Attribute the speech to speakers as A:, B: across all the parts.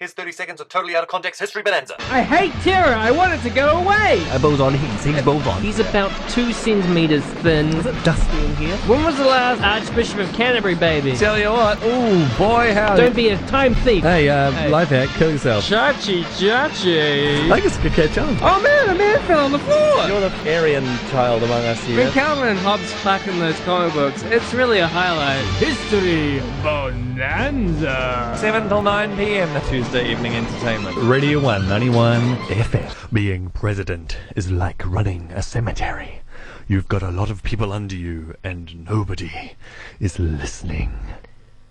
A: Here's 30 seconds of totally out of context history bonanza.
B: I hate Tira. I want it to go away.
C: A boson, he's, he's boson.
B: He's about two centimeters thin. Is it dusty in here? When was the last Archbishop of Canterbury, baby?
C: Tell you what, ooh, boy, howdy.
B: Don't be a time thief.
C: Hey, uh, life hack, kill yourself.
B: Chachi, chachi.
C: I think it's a good catch on.
B: Oh man, a man fell on the floor.
C: You're the Aryan child among us
B: When
C: here.
B: Calvin and Hobbes fuck in those comic books, it's really a highlight. History bonanza.
C: 7 till 9 p.m. Tuesday evening entertainment. Radio 191 FM.
D: Being president is like running a cemetery. You've got a lot of people under you, and nobody is listening.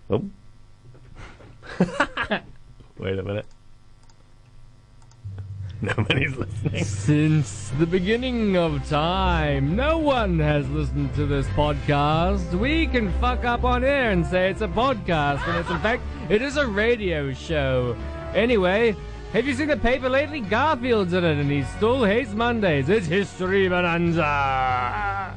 C: Oh. Wait a minute. Nobody's listening.
B: Since the beginning of time, no one has listened to this podcast. We can fuck up on air and say it's a podcast when it's in fact it is a radio show. Anyway, have you seen the paper lately? Garfield's in it and he still hates Mondays. It's history bonanza.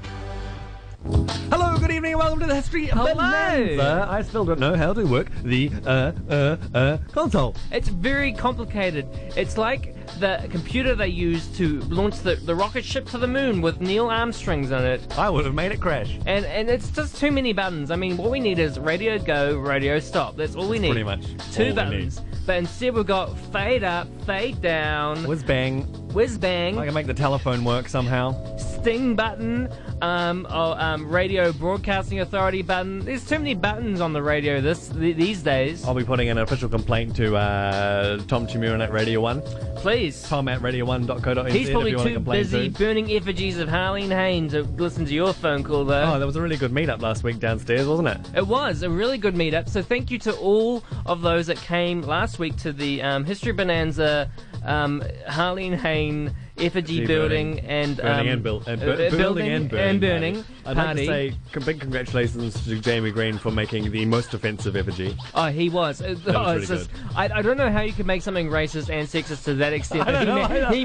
C: Hello, good evening, and welcome to the History of
B: Hello.
C: Bonanza. I still don't know how to work the uh uh uh console.
B: It's very complicated. It's like the computer they used to launch the, the rocket ship to the moon with Neil Armstrong's on it.
C: I would have made it crash.
B: And and it's just too many buttons. I mean, what we need is radio go, radio stop. That's all we need.
C: pretty much all
B: two
C: we
B: buttons. But instead, we've got fade up, fade down,
C: Whiz bang.
B: whiz bang,
C: I can make the telephone work somehow.
B: sting button, um, oh, um, radio broadcasting authority button. There's too many buttons on the radio this th- these days.
C: I'll be putting in an official complaint to uh, Tom Chimurin at Radio 1.
B: Please.
C: Tom at radio1.co.nz
B: He's
C: if
B: probably
C: you want to
B: too
C: complain
B: busy
C: to.
B: burning effigies of Harlene Haynes to listen to your phone call, though.
C: Oh, that was a really good meetup last week downstairs, wasn't it?
B: It was a really good meetup. So thank you to all of those that came last week to the um, History Bonanza, um, Harlene Hain effigy
C: Effigy
B: building,
C: building.
B: and
C: Burning
B: um,
C: and, build, and,
B: uh,
C: bu- building, and burning.
B: and burning
C: I'd like to
B: party.
C: say con- big congratulations to Jamie Green for making the most offensive effigy.
B: oh, he was. Uh, oh,
C: was
B: it's
C: really
B: just, I, I don't know how you could make something racist and sexist to that extent.
C: I don't
B: he,
C: know either.
B: he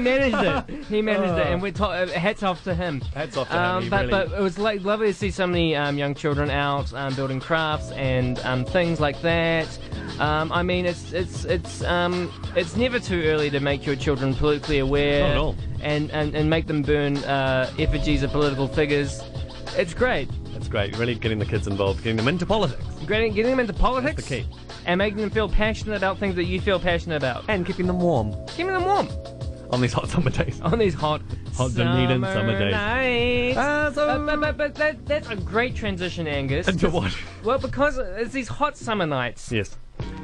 B: managed it. He managed it, and we're to- uh, hats off to him.
C: Hats off to him,
B: Um,
C: he
B: but
C: really-
B: but it was like lovely to see so many um, young children out um, building crafts and um, things like that. Um, I mean, it's it's it's um, it's never too early to make your children politically aware
C: Not at all.
B: and and, and make them burn uh, effigies of political figures. It's great.
C: That's great. Really getting the kids involved, getting them into politics.
B: Getting, getting them into politics
C: the key.
B: and making them feel passionate about things that you feel passionate about.
C: And keeping them warm
B: Keeping them warm
C: on these hot summer days.
B: on these hot,
C: Hot
B: summer,
C: Dunedin summer days.
B: nights.
C: Ah, so-
B: Uh, but but, but that, that's a great transition, Angus.
C: Into what?
B: Well, because it's these hot summer nights.
C: yes.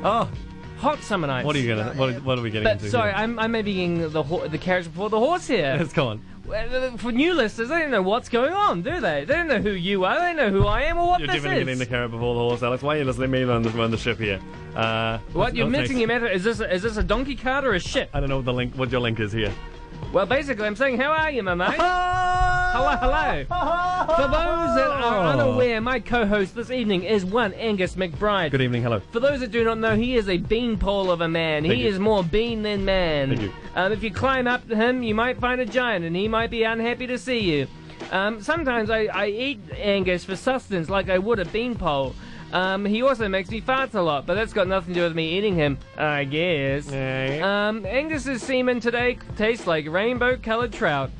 C: Oh,
B: Hot summer nights.
C: what are you gonna? What, what are we getting
B: But
C: into?
B: sorry,
C: here?
B: I'm, I'm maybe getting the ho- the carriage before the horse here.
C: Let's go on.
B: Uh, For new listeners, they don't know what's going on, do they? They don't know who you are. They don't know who I am or what
C: You're
B: this
C: definitely
B: is.
C: getting the carrot before the horse, Alex. Why are you letting me run the, run the ship here? Uh,
B: what you're mixing
C: next?
B: your matter is this a, is this a donkey cart or a ship?
C: I don't know what the link. What your link is here.
B: Well, basically, I'm saying, how are you, my mate? Hello,
C: Ah! Hello,
B: hello. For those that
C: Oh.
B: are
C: Ah.
B: unaware, my co-host this evening is one Angus McBride.
C: Good e- evening. Hello.
B: For those that do not know, he is a beanpole of a man.
C: Thank
B: he
C: you.
B: is more bean than man.
C: Thank you.
B: Um, if you climb up to him, you might find a giant, and he might be unhappy to see you. Um, sometimes I, I eat Angus for sustenance, like I would a beanpole. Um, he also makes me fart a lot, but that's got nothing to do with me eating him, I guess.
C: Yeah.
B: Um, Angus's semen today tastes like rainbow-colored trout.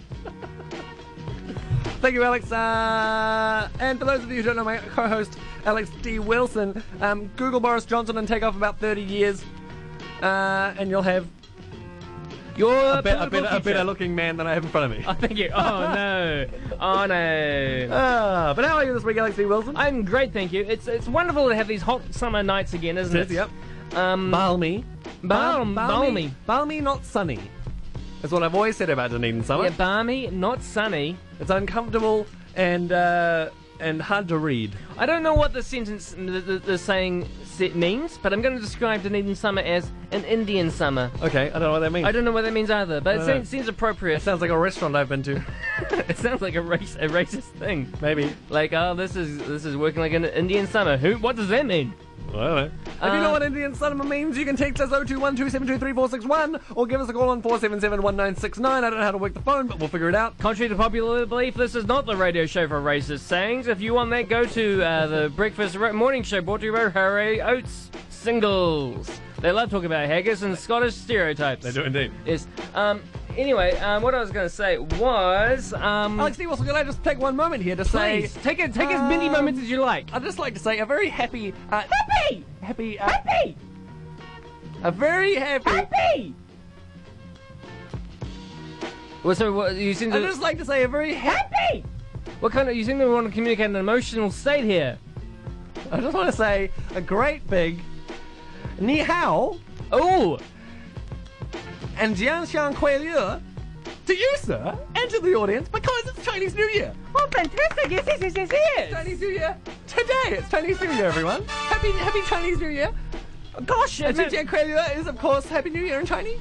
C: Thank you, Alex. Uh, and for those of you who don't know, my co-host Alex D. Wilson. Um, Google Boris Johnson and take off about 30 years, uh, and you'll have
B: You're
C: a, bet- a better, a better looking man than I have in front of me.
B: Oh, thank you. Oh no. Oh no.
C: Uh, but how are you this week, Alex D. Wilson?
B: I'm great, thank you. It's it's wonderful to have these hot summer nights again, isn't it?
C: Yep.
B: Um,
C: Balmy.
B: balm, balmy.
C: balmy. Balmy, not sunny. That's what I've always said about Dunedin summer.
B: Yeah, balmy, not sunny.
C: It's uncomfortable and uh, and hard to read.
B: I don't know what the sentence, the, the, the saying set means, but I'm going to describe Dunedin summer as an Indian summer.
C: Okay, I don't know what that means.
B: I don't know what that means either, but it
C: I don't know.
B: seems, seems appropriate.
C: It sounds like a restaurant I've been to.
B: it sounds like a race, a racist thing.
C: Maybe.
B: Like, oh, this is this is working like an Indian summer. Who? What does that mean?
C: I don't know. if you
B: Uh,
C: know what Indian cinema means, you can text us 0212723461 or give us a call on 4771969. I don't know how to work the phone, but we'll figure it out.
B: Contrary to popular belief, this is not the radio show for racist sayings. If you want that, go to uh, the Breakfast Ro- Morning Show brought to you by Hooray Oats Singles. They love talking about haggis and Scottish stereotypes.
C: They do indeed.
B: Yes. Um, anyway, um, what I was going to say was. Um,
E: Alex D. Wilson, can I just take one moment here to say.
B: please, take, it, take as many
E: Um,
B: moments as you like.
E: I'd just like to say a very happy. Uh, happy! Happy. Uh, happy! A very happy. Happy!
B: Well, so what, you seem to.
E: I'd just like to say a very happy!
B: What kind of. You seem to want to communicate an emotional state here.
E: I just want to say a great big. Ni hao
B: Oh!
E: and Jianxiang Kuei Liu to you, sir, and to the audience because it's Chinese New Year.
B: Oh, fantastic! Yes, yes, yes, yes, yes!
E: Chinese New Year today. It's Chinese New Year, everyone. Happy Happy Chinese New Year.
B: Gosh,
E: And
B: man.
E: Jianxiang Kuei Liu is, of course, Happy New Year in Chinese.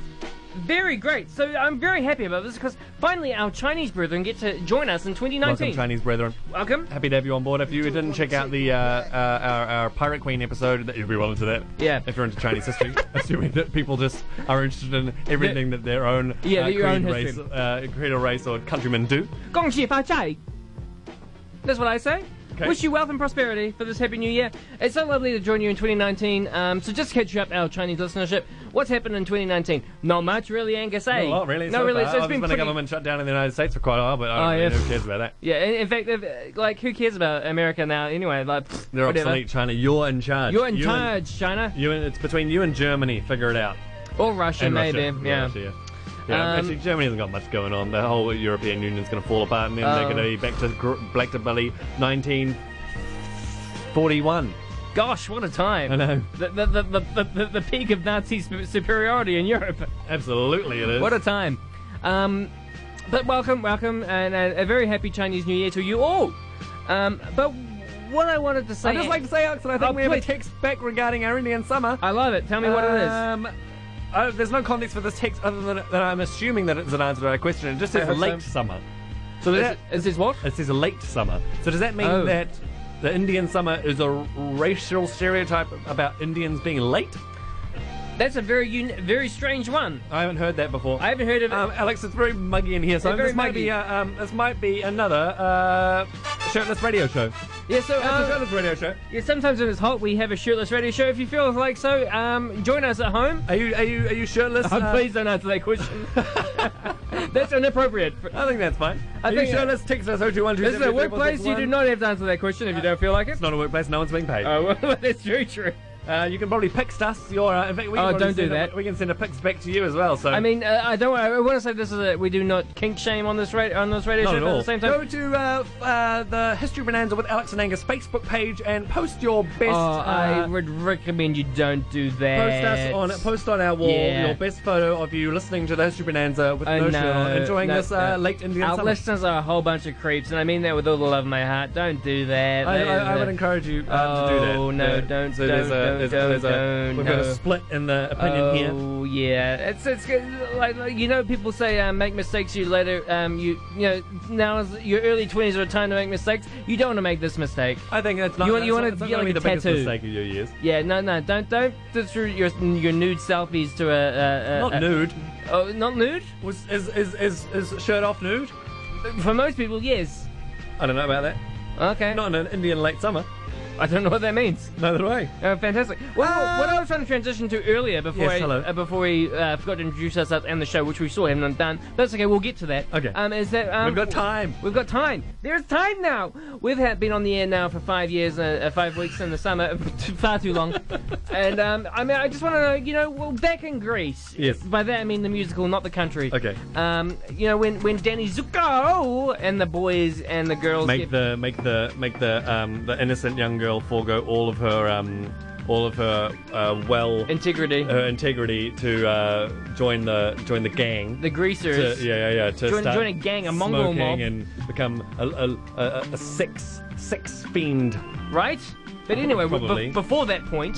B: Very great. So I'm very happy about this because finally our Chinese brethren get to join us in 2019.
C: brethren.
B: Welcome.
C: Happy to have you on board. If you didn't check out the uh, uh, our, our Pirate Queen episode, that you'll be well into that.
B: Yeah.
C: If you're into Chinese history, assuming that people just are interested in everything that their own
B: Yeah,
C: uh,
B: your own
C: creed, race,
B: history.
C: uh, creed or race or countrymen do.
B: Gong That's what I say.
C: Okay.
B: Wish you wealth and prosperity for this happy new year. It's so lovely to join you in 2019. Um, so just to catch you up, our Chinese listenership. What's happened in 2019? Not much, really, Angus. Eh?
C: Not a lot, really.
B: No,
C: so
B: really.
C: Far.
B: So it's
C: I've
B: been
C: been
B: pretty-
C: a government shutdown in the United States for quite a while, but I don't
B: Oh,
C: really
B: yes.
C: know who cares about that.
B: Yeah. In in fact, if- like, who cares about America now? Anyway, like, pfft,
C: They're
B: whatever.
C: obsolete, China. You're in charge.
B: You're in
C: You and-
B: charge, China,
C: You and, it's between you and Germany. Figure it out.
B: or Russia,
C: And
B: maybe.
C: Russia.
B: Yeah.
C: Russia, yeah. Yeah,
B: Um,
C: actually, Germany hasn't got much going on. The whole European Union's going to fall apart, and then
B: Oh.
C: they're going to be back to gr- black to belly 1941.
B: Gosh, what a time!
C: I know.
B: The, the, the, the, the, the peak of Nazi su- superiority in Europe.
C: Absolutely, it is.
B: What a time. Um, but welcome, welcome, and a, a very happy Chinese New Year to you all. Um, but what I wanted to say.
E: I'd just like to say, Alex, that I think
B: Oh,
E: we have a
B: please.
E: text back regarding our Indian summer.
B: I love it. Tell me what it is.
E: Um, uh, there's no context for this text other than that I'm assuming that it's an answer to our question. It just
B: I
E: says
B: hope so.
E: late.
C: late summer. So
B: Is
C: that,
B: it- Is this what?
C: it says late summer. So does that mean
B: Oh.
C: that the Indian summer is a r- racial stereotype about Indians being late?
B: That's a very uni- very strange one.
C: I haven't heard that before.
B: I haven't heard of it.
C: Um, Alex, it's very muggy in here, so
B: It's very
C: this might be
B: muggy.
C: uh, um, this might be another uh, shirtless radio show.
B: yeah, so
C: It's a
B: uh,
C: shirtless radio show.
B: yeah, sometimes when it's hot, we have a shirtless radio show. If you feel like so, um, join us at home.
C: Are you are you are you shirtless?
B: Oh,
C: uh,
B: please don't answer that question. That's inappropriate.
C: I think that's fine.
B: I
C: are
B: think,
C: you
B: uh,
C: shirtless? Text us 0212
B: This is a workplace. You do not have to answer that question if you don't feel like it.
C: It's not a workplace. No one's being paid.
B: Oh, well, that's very true.
C: Uh, you can probably pixt us. Your uh, in fact, we can
B: Oh,
C: probably
B: don't do
C: send a-
B: that.
C: we can send a pics back to you as well. So
B: I mean, uh, I don't. I want to say this is a, we do not kink shame on this radio on this radio
C: Not
B: show.
C: at
B: but
C: all.
B: the same time,
E: Go to uh, f- uh, the History Bonanza with Alex and Angus Facebook page and post your best.
B: oh, I
E: uh,
B: would recommend you don't do
C: Post us
B: that.
C: on post on our wall
B: Yeah.
C: your best photo of you listening to the History Bonanza with
B: Oh,
C: no, shirt
B: no,
C: on, enjoying
B: no,
C: this uh,
B: no.
C: late Indian
B: Our
C: summer.
B: listeners are a whole bunch of creeps, and I mean that with all the love of my heart. Don't do that.
C: I,
B: That
C: I,
B: is
C: I would
B: a-
C: encourage you um, to do that.
B: Oh, no, don't, don't, don't, don't,
C: we've got
B: don't.
C: a split in the opinion here.
B: Oh yeah, it's it's good. Like, like you know, people say uh, make mistakes. You later, um, you you know, now is your early twenties are a time to make mistakes. You don't want to make this mistake.
C: I think that's not.
B: You want- you
C: that's
B: wanna
C: not- that's not
B: get,
C: gonna
B: like,
C: be
B: a
C: the biggest
B: tattoo.
C: mistake of your years.
B: Yeah, no, no, don't don't distribute your your nude selfies to a, a, a
C: Not
B: a-
C: nude.
B: Oh, not nude.
C: Was, is, is is is shirt off nude?
B: For most people, yes.
C: I don't know about that.
B: Okay.
C: Not in an Indian late summer.
B: I don't know what that means.
C: Neither do I.
B: Oh, fantastic. Well, what I was trying to transition to earlier before
C: Yes,
B: I,
C: hello.
B: Uh, before we uh, forgot to introduce ourselves and the show, which we still haven't done. That's okay. We'll get to that.
C: Okay.
B: Um, is that um,
C: We've got time.
B: We've got time. There's time now. We've had been on the air now for five years, uh, uh, five weeks in the summer, far too long. and um, I mean, I just want to know, you know, well, back in Greece.
C: Yes.
B: By that I mean the musical, not the country.
C: Okay.
B: Um, you know, when when Danny Zuko and the boys and the girls
C: Make
B: get-
C: the make the make the um the innocent young girl forego all of her um all of her uh, well
B: integrity,
C: her integrity to uh, join the join the gang.
B: the
C: to,
B: greasers.
C: yeah, yeah, yeah. To
B: Join-
C: start
B: join a gang, a Mongol
C: smoking
B: mob.
C: and become a, a, a, a sex sex fiend.
B: Right. But anyway, w-
C: Probably.
B: be- before that point,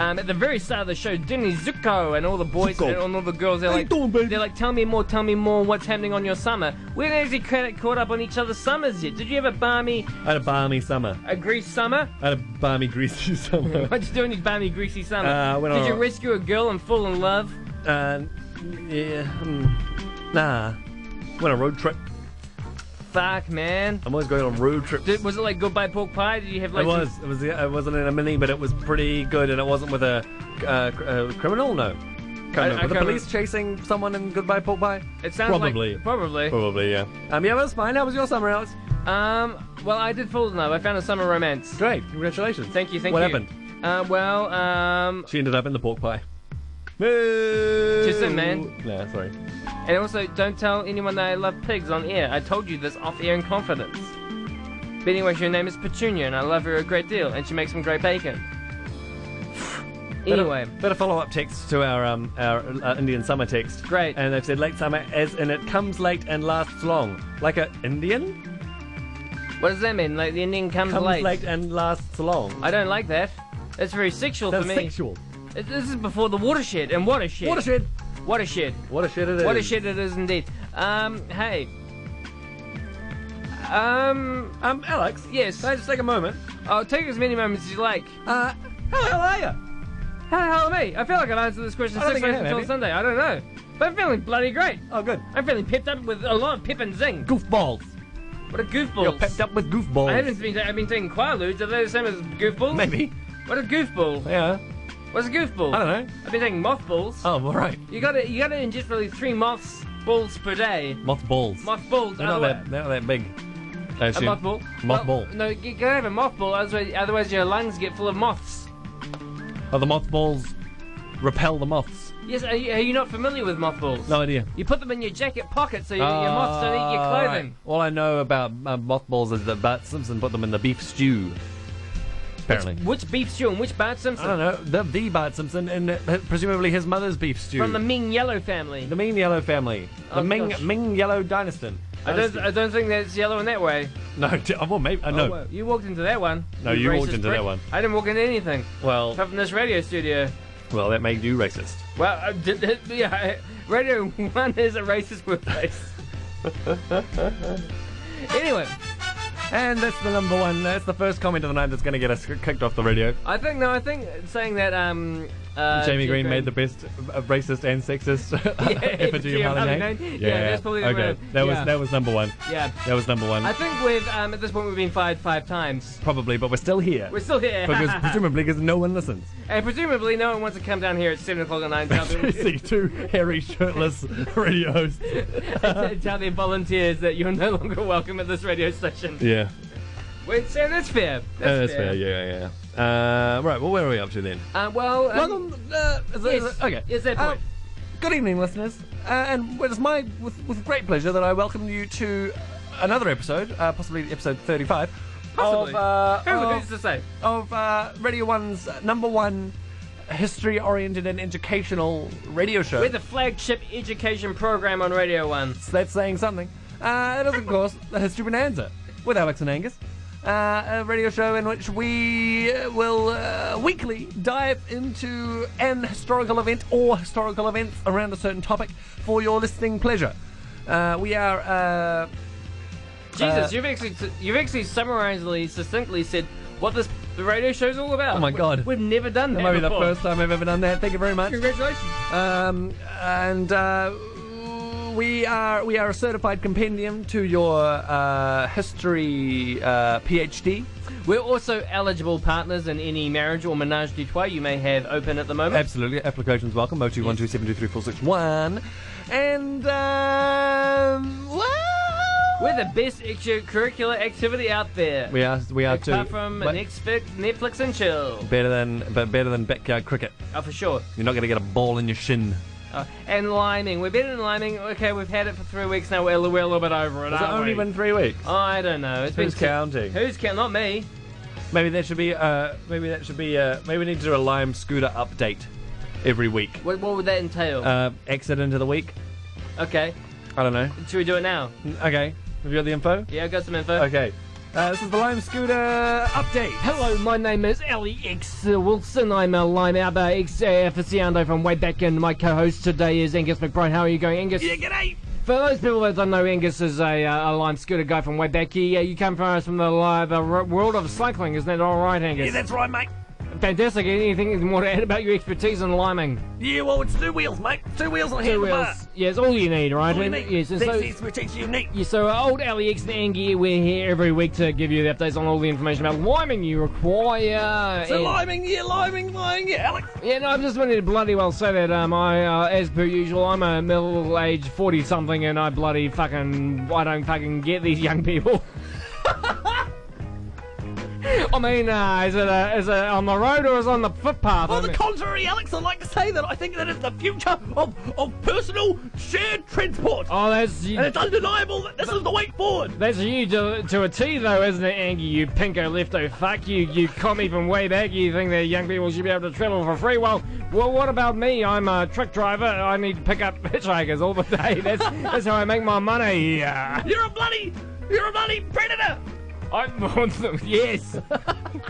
B: Um, at the very start of the show, Denny Zuko and all the boys
C: Zuko.
B: and all the girls, they're
C: How you
B: like,
C: doing, baby?
B: they're like, tell me more, tell me more, what's happening on your summer? We haven't actually ca- caught up on each other's summers yet. Did you have a balmy,
C: I had a balmy summer.
B: a grease summer?
C: I had a balmy greasy summer.
B: What you doing this balmy, greasy summer?
C: Uh, I went
B: Did
C: on
B: you
C: a-
B: rescue a girl and fall in love?
C: uh, yeah, hmm, nah. Went on a road trip.
B: Fuck, man.
C: I'm always going on road trips.
B: Did, was it like goodbye pork pie? Did you have like
C: it
B: some-
C: was. It was. It wasn't in a mini, but it was pretty good, and it wasn't with a, uh, cr- uh criminal. No,
B: I-
C: kind of.
B: I
C: Were the
B: kinda-
C: police chasing someone in Goodbye Pork Pie.
B: It sounds like-
C: Probably.
B: probably.
C: Probably, yeah. Um, yeah, that's fine. How was your summer, Alex?
B: Um, well, I did fall in love. I found a summer romance.
C: Great. Congratulations.
B: Thank you, thank
C: what
B: you.
C: happened?
B: Uh, well, um,
C: She ended up in the pork pie.
B: Just a man.
C: Yeah, sorry.
B: and also don't tell anyone that I love pigs on air. I told you this off air in confidence. But anyway, her name is Petunia, and I love her a great deal, and she makes some great bacon. anyway,
C: But uh, a follow-up text to our um, our uh, Indian summer text.
B: Great.
C: And they've said late summer, as in it comes late and lasts long, like a Indian
B: what does that mean? Like the ending comes,
C: comes
B: late.
C: late and lasts long.
B: I don't like that. That's very sexual
C: That's
B: for me.
C: sexual.
B: It- This is before the watershed and watershed.
C: Watershed.
B: Watershed.
C: Watershed it is.
B: Watershed it is indeed. Um, hey. Um,
C: Um, Alex.
B: Yes.
C: Can I just take a moment?
B: I'll take as many moments as you like.
C: Uh, hello, how are you?
B: How the hell am I? I feel like I've answered this question
C: I don't
B: six
C: think I
B: ways
C: have,
B: until
C: have you?
B: Sunday. I don't know. But I'm feeling bloody great.
C: Oh, good.
B: I'm feeling pepped up with a lot of pep and zing.
C: Goofballs.
B: What a
C: You're
B: goofball.
C: pepped up with goofballs.
B: I haven't been, I've been taking Quaaludes. Are they the same as goofballs?
C: Maybe.
B: What a goofball.
C: Yeah.
B: What's a goofball?
C: I don't know.
B: I've been taking mothballs.
C: Oh, all right.
B: You gotta, you gotta ingest really three moths balls per day.
C: Mothballs.
B: Moth balls.
C: They're not
B: otherwise-
C: that. They're not that big. I
B: A
C: assume.
B: mothball?
C: Mothball.
B: Well, no, you can have a mothball, otherwise, otherwise your lungs get full of moths.
C: Oh, the mothballs repel the moths.
B: Yes, are you, are you not familiar with mothballs?
C: No idea.
B: You put them in your jacket pocket so you, your moths don't eat your
C: Ah, right.
B: clothing.
C: All I know about uh, mothballs is that Bart Simpson put them in the beef stew. Apparently. Ah.
B: Which beef stew and which Bart
C: I
B: Simpson?
C: don't know. The, the Bart Simpson and uh, presumably his mother's beef stew.
B: From the Ming Yellow family.
C: the Ming Yellow family. The
B: Oh,
C: Ming
B: gosh.
C: Ming Yellow dynasty.
B: I don't, I don't think that's yellow in that way.
C: No, d- oh, well, maybe. Uh,
B: Oh,
C: no.
B: well, you walked into that one.
C: No, you walked
B: racist
C: into
B: prick.
C: that one.
B: I didn't walk into anything.
C: Well,
B: Apart from this radio studio.
C: well, that made you racist.
B: Well, I did, yeah, I- Radio 1 is a racist workplace. anyway,
C: And that's the number one. That's the first comment of the night that's going to get us c- kicked off the radio.
B: I think, no, I think saying that, um. Uh,
C: Jamie
B: Jeff
C: Green made the best uh, racist and sexist
B: Yeah,
C: effigy of Marlon
B: Marlon
C: Hain.
B: Hain. Yeah, that's probably the
C: okay.
B: one.
C: That
B: Yeah.
C: was that was number one.
B: Yeah.
C: That was number one.
B: I think we've, um, at this point, we've been fired five times.
C: Probably, but we're still here.
B: We're still here.
C: because presumably because no one listens.
B: and presumably, no one wants to come down here at 7 o'clock at night and tell them-
C: See two hairy shirtless radio hosts.
B: and tell their volunteers that you're no longer welcome at this radio station.
C: Yeah,
B: Wait, Sam, that's fair. That's,
C: Uh, that's fair. Yeah, yeah. Uh, right. Well, where are we up to then?
B: Uh, well, um,
C: Welcome. Uh, is it- is
B: yes,
C: it- okay.
B: yes, that
C: Uh,
B: point.
C: good evening, listeners, uh, and it's my with, with great pleasure that I welcome you to another episode, uh, possibly episode thirty-five.
B: Possibly.
C: Of, uh,
B: who
C: of-
B: who's to say?
C: of uh, Radio One's number one history-oriented and educational radio show.
B: We're the flagship education program on Radio 1.
C: So that's saying something. Uh, it is, of course, the History Bonanza with Alex and Angus, uh, a radio show in which we will uh, weekly dive into an historical event or historical events around a certain topic for your listening pleasure. Uh, we are. Uh,
B: Jesus, you've actually you've actually summarizedly, succinctly said what this the radio show's all about.
C: Oh my God.
B: We, have never done that.
C: that might be the
B: before.
C: first time I've ever done that. Thank you very much.
B: Congratulations.
C: Um, and uh, we are we are a certified compendium to your uh, history uh, PhD.
B: We're also eligible partners in any marriage or menage du trois you may have open at the moment.
C: Absolutely. Applications welcome. 0212723461. And, um, well,
B: We're the best extracurricular activity out there.
C: we are, we are too.
B: apart from
C: but
B: Netflix, Netflix and chill.
C: better than, but better than backyard cricket.
B: Oh, for sure.
C: You're not going to get a ball in your shin.
B: Oh, and liming. We're better than liming. Okay, we've had it for three weeks now. We're, we're a little bit over it,
C: Has it
B: aren't
C: only
B: we?
C: been three weeks?
B: I don't know. It's
C: Who's
B: been
C: counting?
B: Who's count? Not me.
C: Maybe that should be. Uh, maybe that should be. Uh, maybe we need to do a lime scooter update every week.
B: What, what would that entail?
C: Uh, accident of the week.
B: okay.
C: I don't know.
B: Should we do it now?
C: Okay. Have you got the info?
B: Yeah, I've got some info.
C: Mm. Okay. Uh, this is the lime scooter update.
B: Hello, my name is Ali X Wilson. I'm a Lime Alba ex aficionado from way back, and my co host today is Angus McBride. How are you going, Angus?
C: g'day.
B: For those people that don't know, Angus is a, uh, a Lime Scooter guy from way back. He, uh, you come from us from the live uh, r- world of cycling, isn't that all right, Angus?
C: right, mate.
B: Fantastic. Anything more to add about your expertise in liming?
F: Yeah, well, it's two wheels, mate. Two wheels on
B: Two
F: handlebar.
B: wheels. Yes, all you need, right?
F: What do you
B: And-
F: need?
B: Yes, and
F: That's
B: so,
F: the expertise you need.
B: yeah, so uh, old Alex and Angie, we're here every week to give you the updates on all the information about liming you require.
F: So
B: and-
F: liming, yeah, liming, liming, yeah, Alex.
B: Yeah, no, I'm just wanting to bloody well say that. Um, I, uh, as per usual, I'm a middle-aged forty-something, and I bloody fucking, I don't fucking get these young people. I mean, uh, is it a, is it on the road or is it on the footpath?
F: On
B: I
F: the
B: mean-
F: contrary, Alex, I'd like to say that I think that is the future of, of personal shared transport.
B: oh, that's you,
F: And it's undeniable that this is the way forward.
B: that's you to, to a T, though, isn't it, Angie? You pinko lefto fuck you, you commie from way back. You think that young people should be able to travel for free? Well, well, what about me? I'm a truck driver. I need to pick up hitchhikers all the day. That's that's how I make my money. Yeah.
F: You're a bloody, you're a bloody predator.
B: I'm awesome. Yes.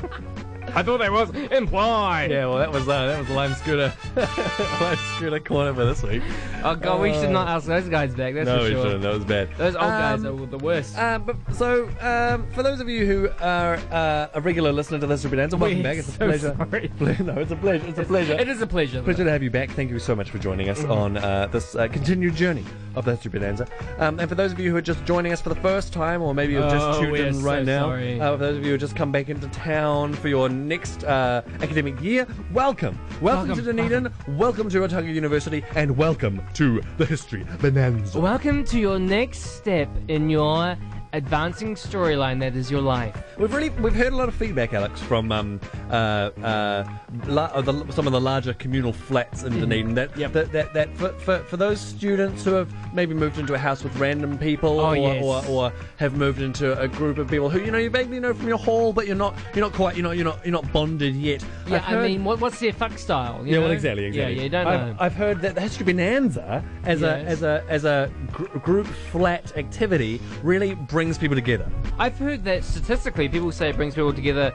B: I thought that was implied.
C: Yeah, well, that was uh, that was Lime Scooter, Lime Scooter corner for this week.
B: Oh god, we should not ask those guys back. That's
C: No,
B: for
C: we
B: sure.
C: shouldn't. That was bad.
B: Those old guys
F: Um,
B: are the worst.
F: Uh, but so, um, for those of you who are uh, a regular listener to this Bonanza, welcome
B: We're
F: back. It's a
B: so
F: pleasure.
B: sorry.
C: no, it's a pleasure. It's a pleasure.
B: it is a pleasure.
C: Pleasure to have you back. Thank you so much for joining us on uh, this uh, continued journey of the History Bonanza. Um, and for those of you who are just joining us for the first time, or maybe you've just
B: Oh,
C: tuned
B: we are
C: in right
B: so
C: now,
B: sorry.
C: uh, for those of you who just come back into town for your next uh, academic year, welcome. welcome.
B: Welcome.
C: to Dunedin, welcome to Otago University, and welcome to the History Bonanza.
B: Welcome to your next step in your advancing storyline that is your life.
C: We've really we've heard a lot of feedback, Alex, from um, uh, uh, la- uh, the, some of the larger communal flats in Dunedin. That
B: Mm-hmm. Yep.
C: that, that, that for, for, for those students who have maybe moved into a house with random people,
B: Oh,
C: or,
B: yes.
C: or, or have moved into a group of people who you know you vaguely know from your hall, but you're not you're not quite you know you're not you're not bonded yet.
B: Yeah,
C: I've heard-
B: I mean, what, what's their fuck style? you
C: yeah, well,
B: know?
C: exactly, exactly.
B: Yeah, you don't
C: I've,
B: know.
C: I've heard that the history bonanza as a
B: Yes.
C: as a as a gr- group flat activity really brings people together.
B: I've heard that statistically, people say it brings people together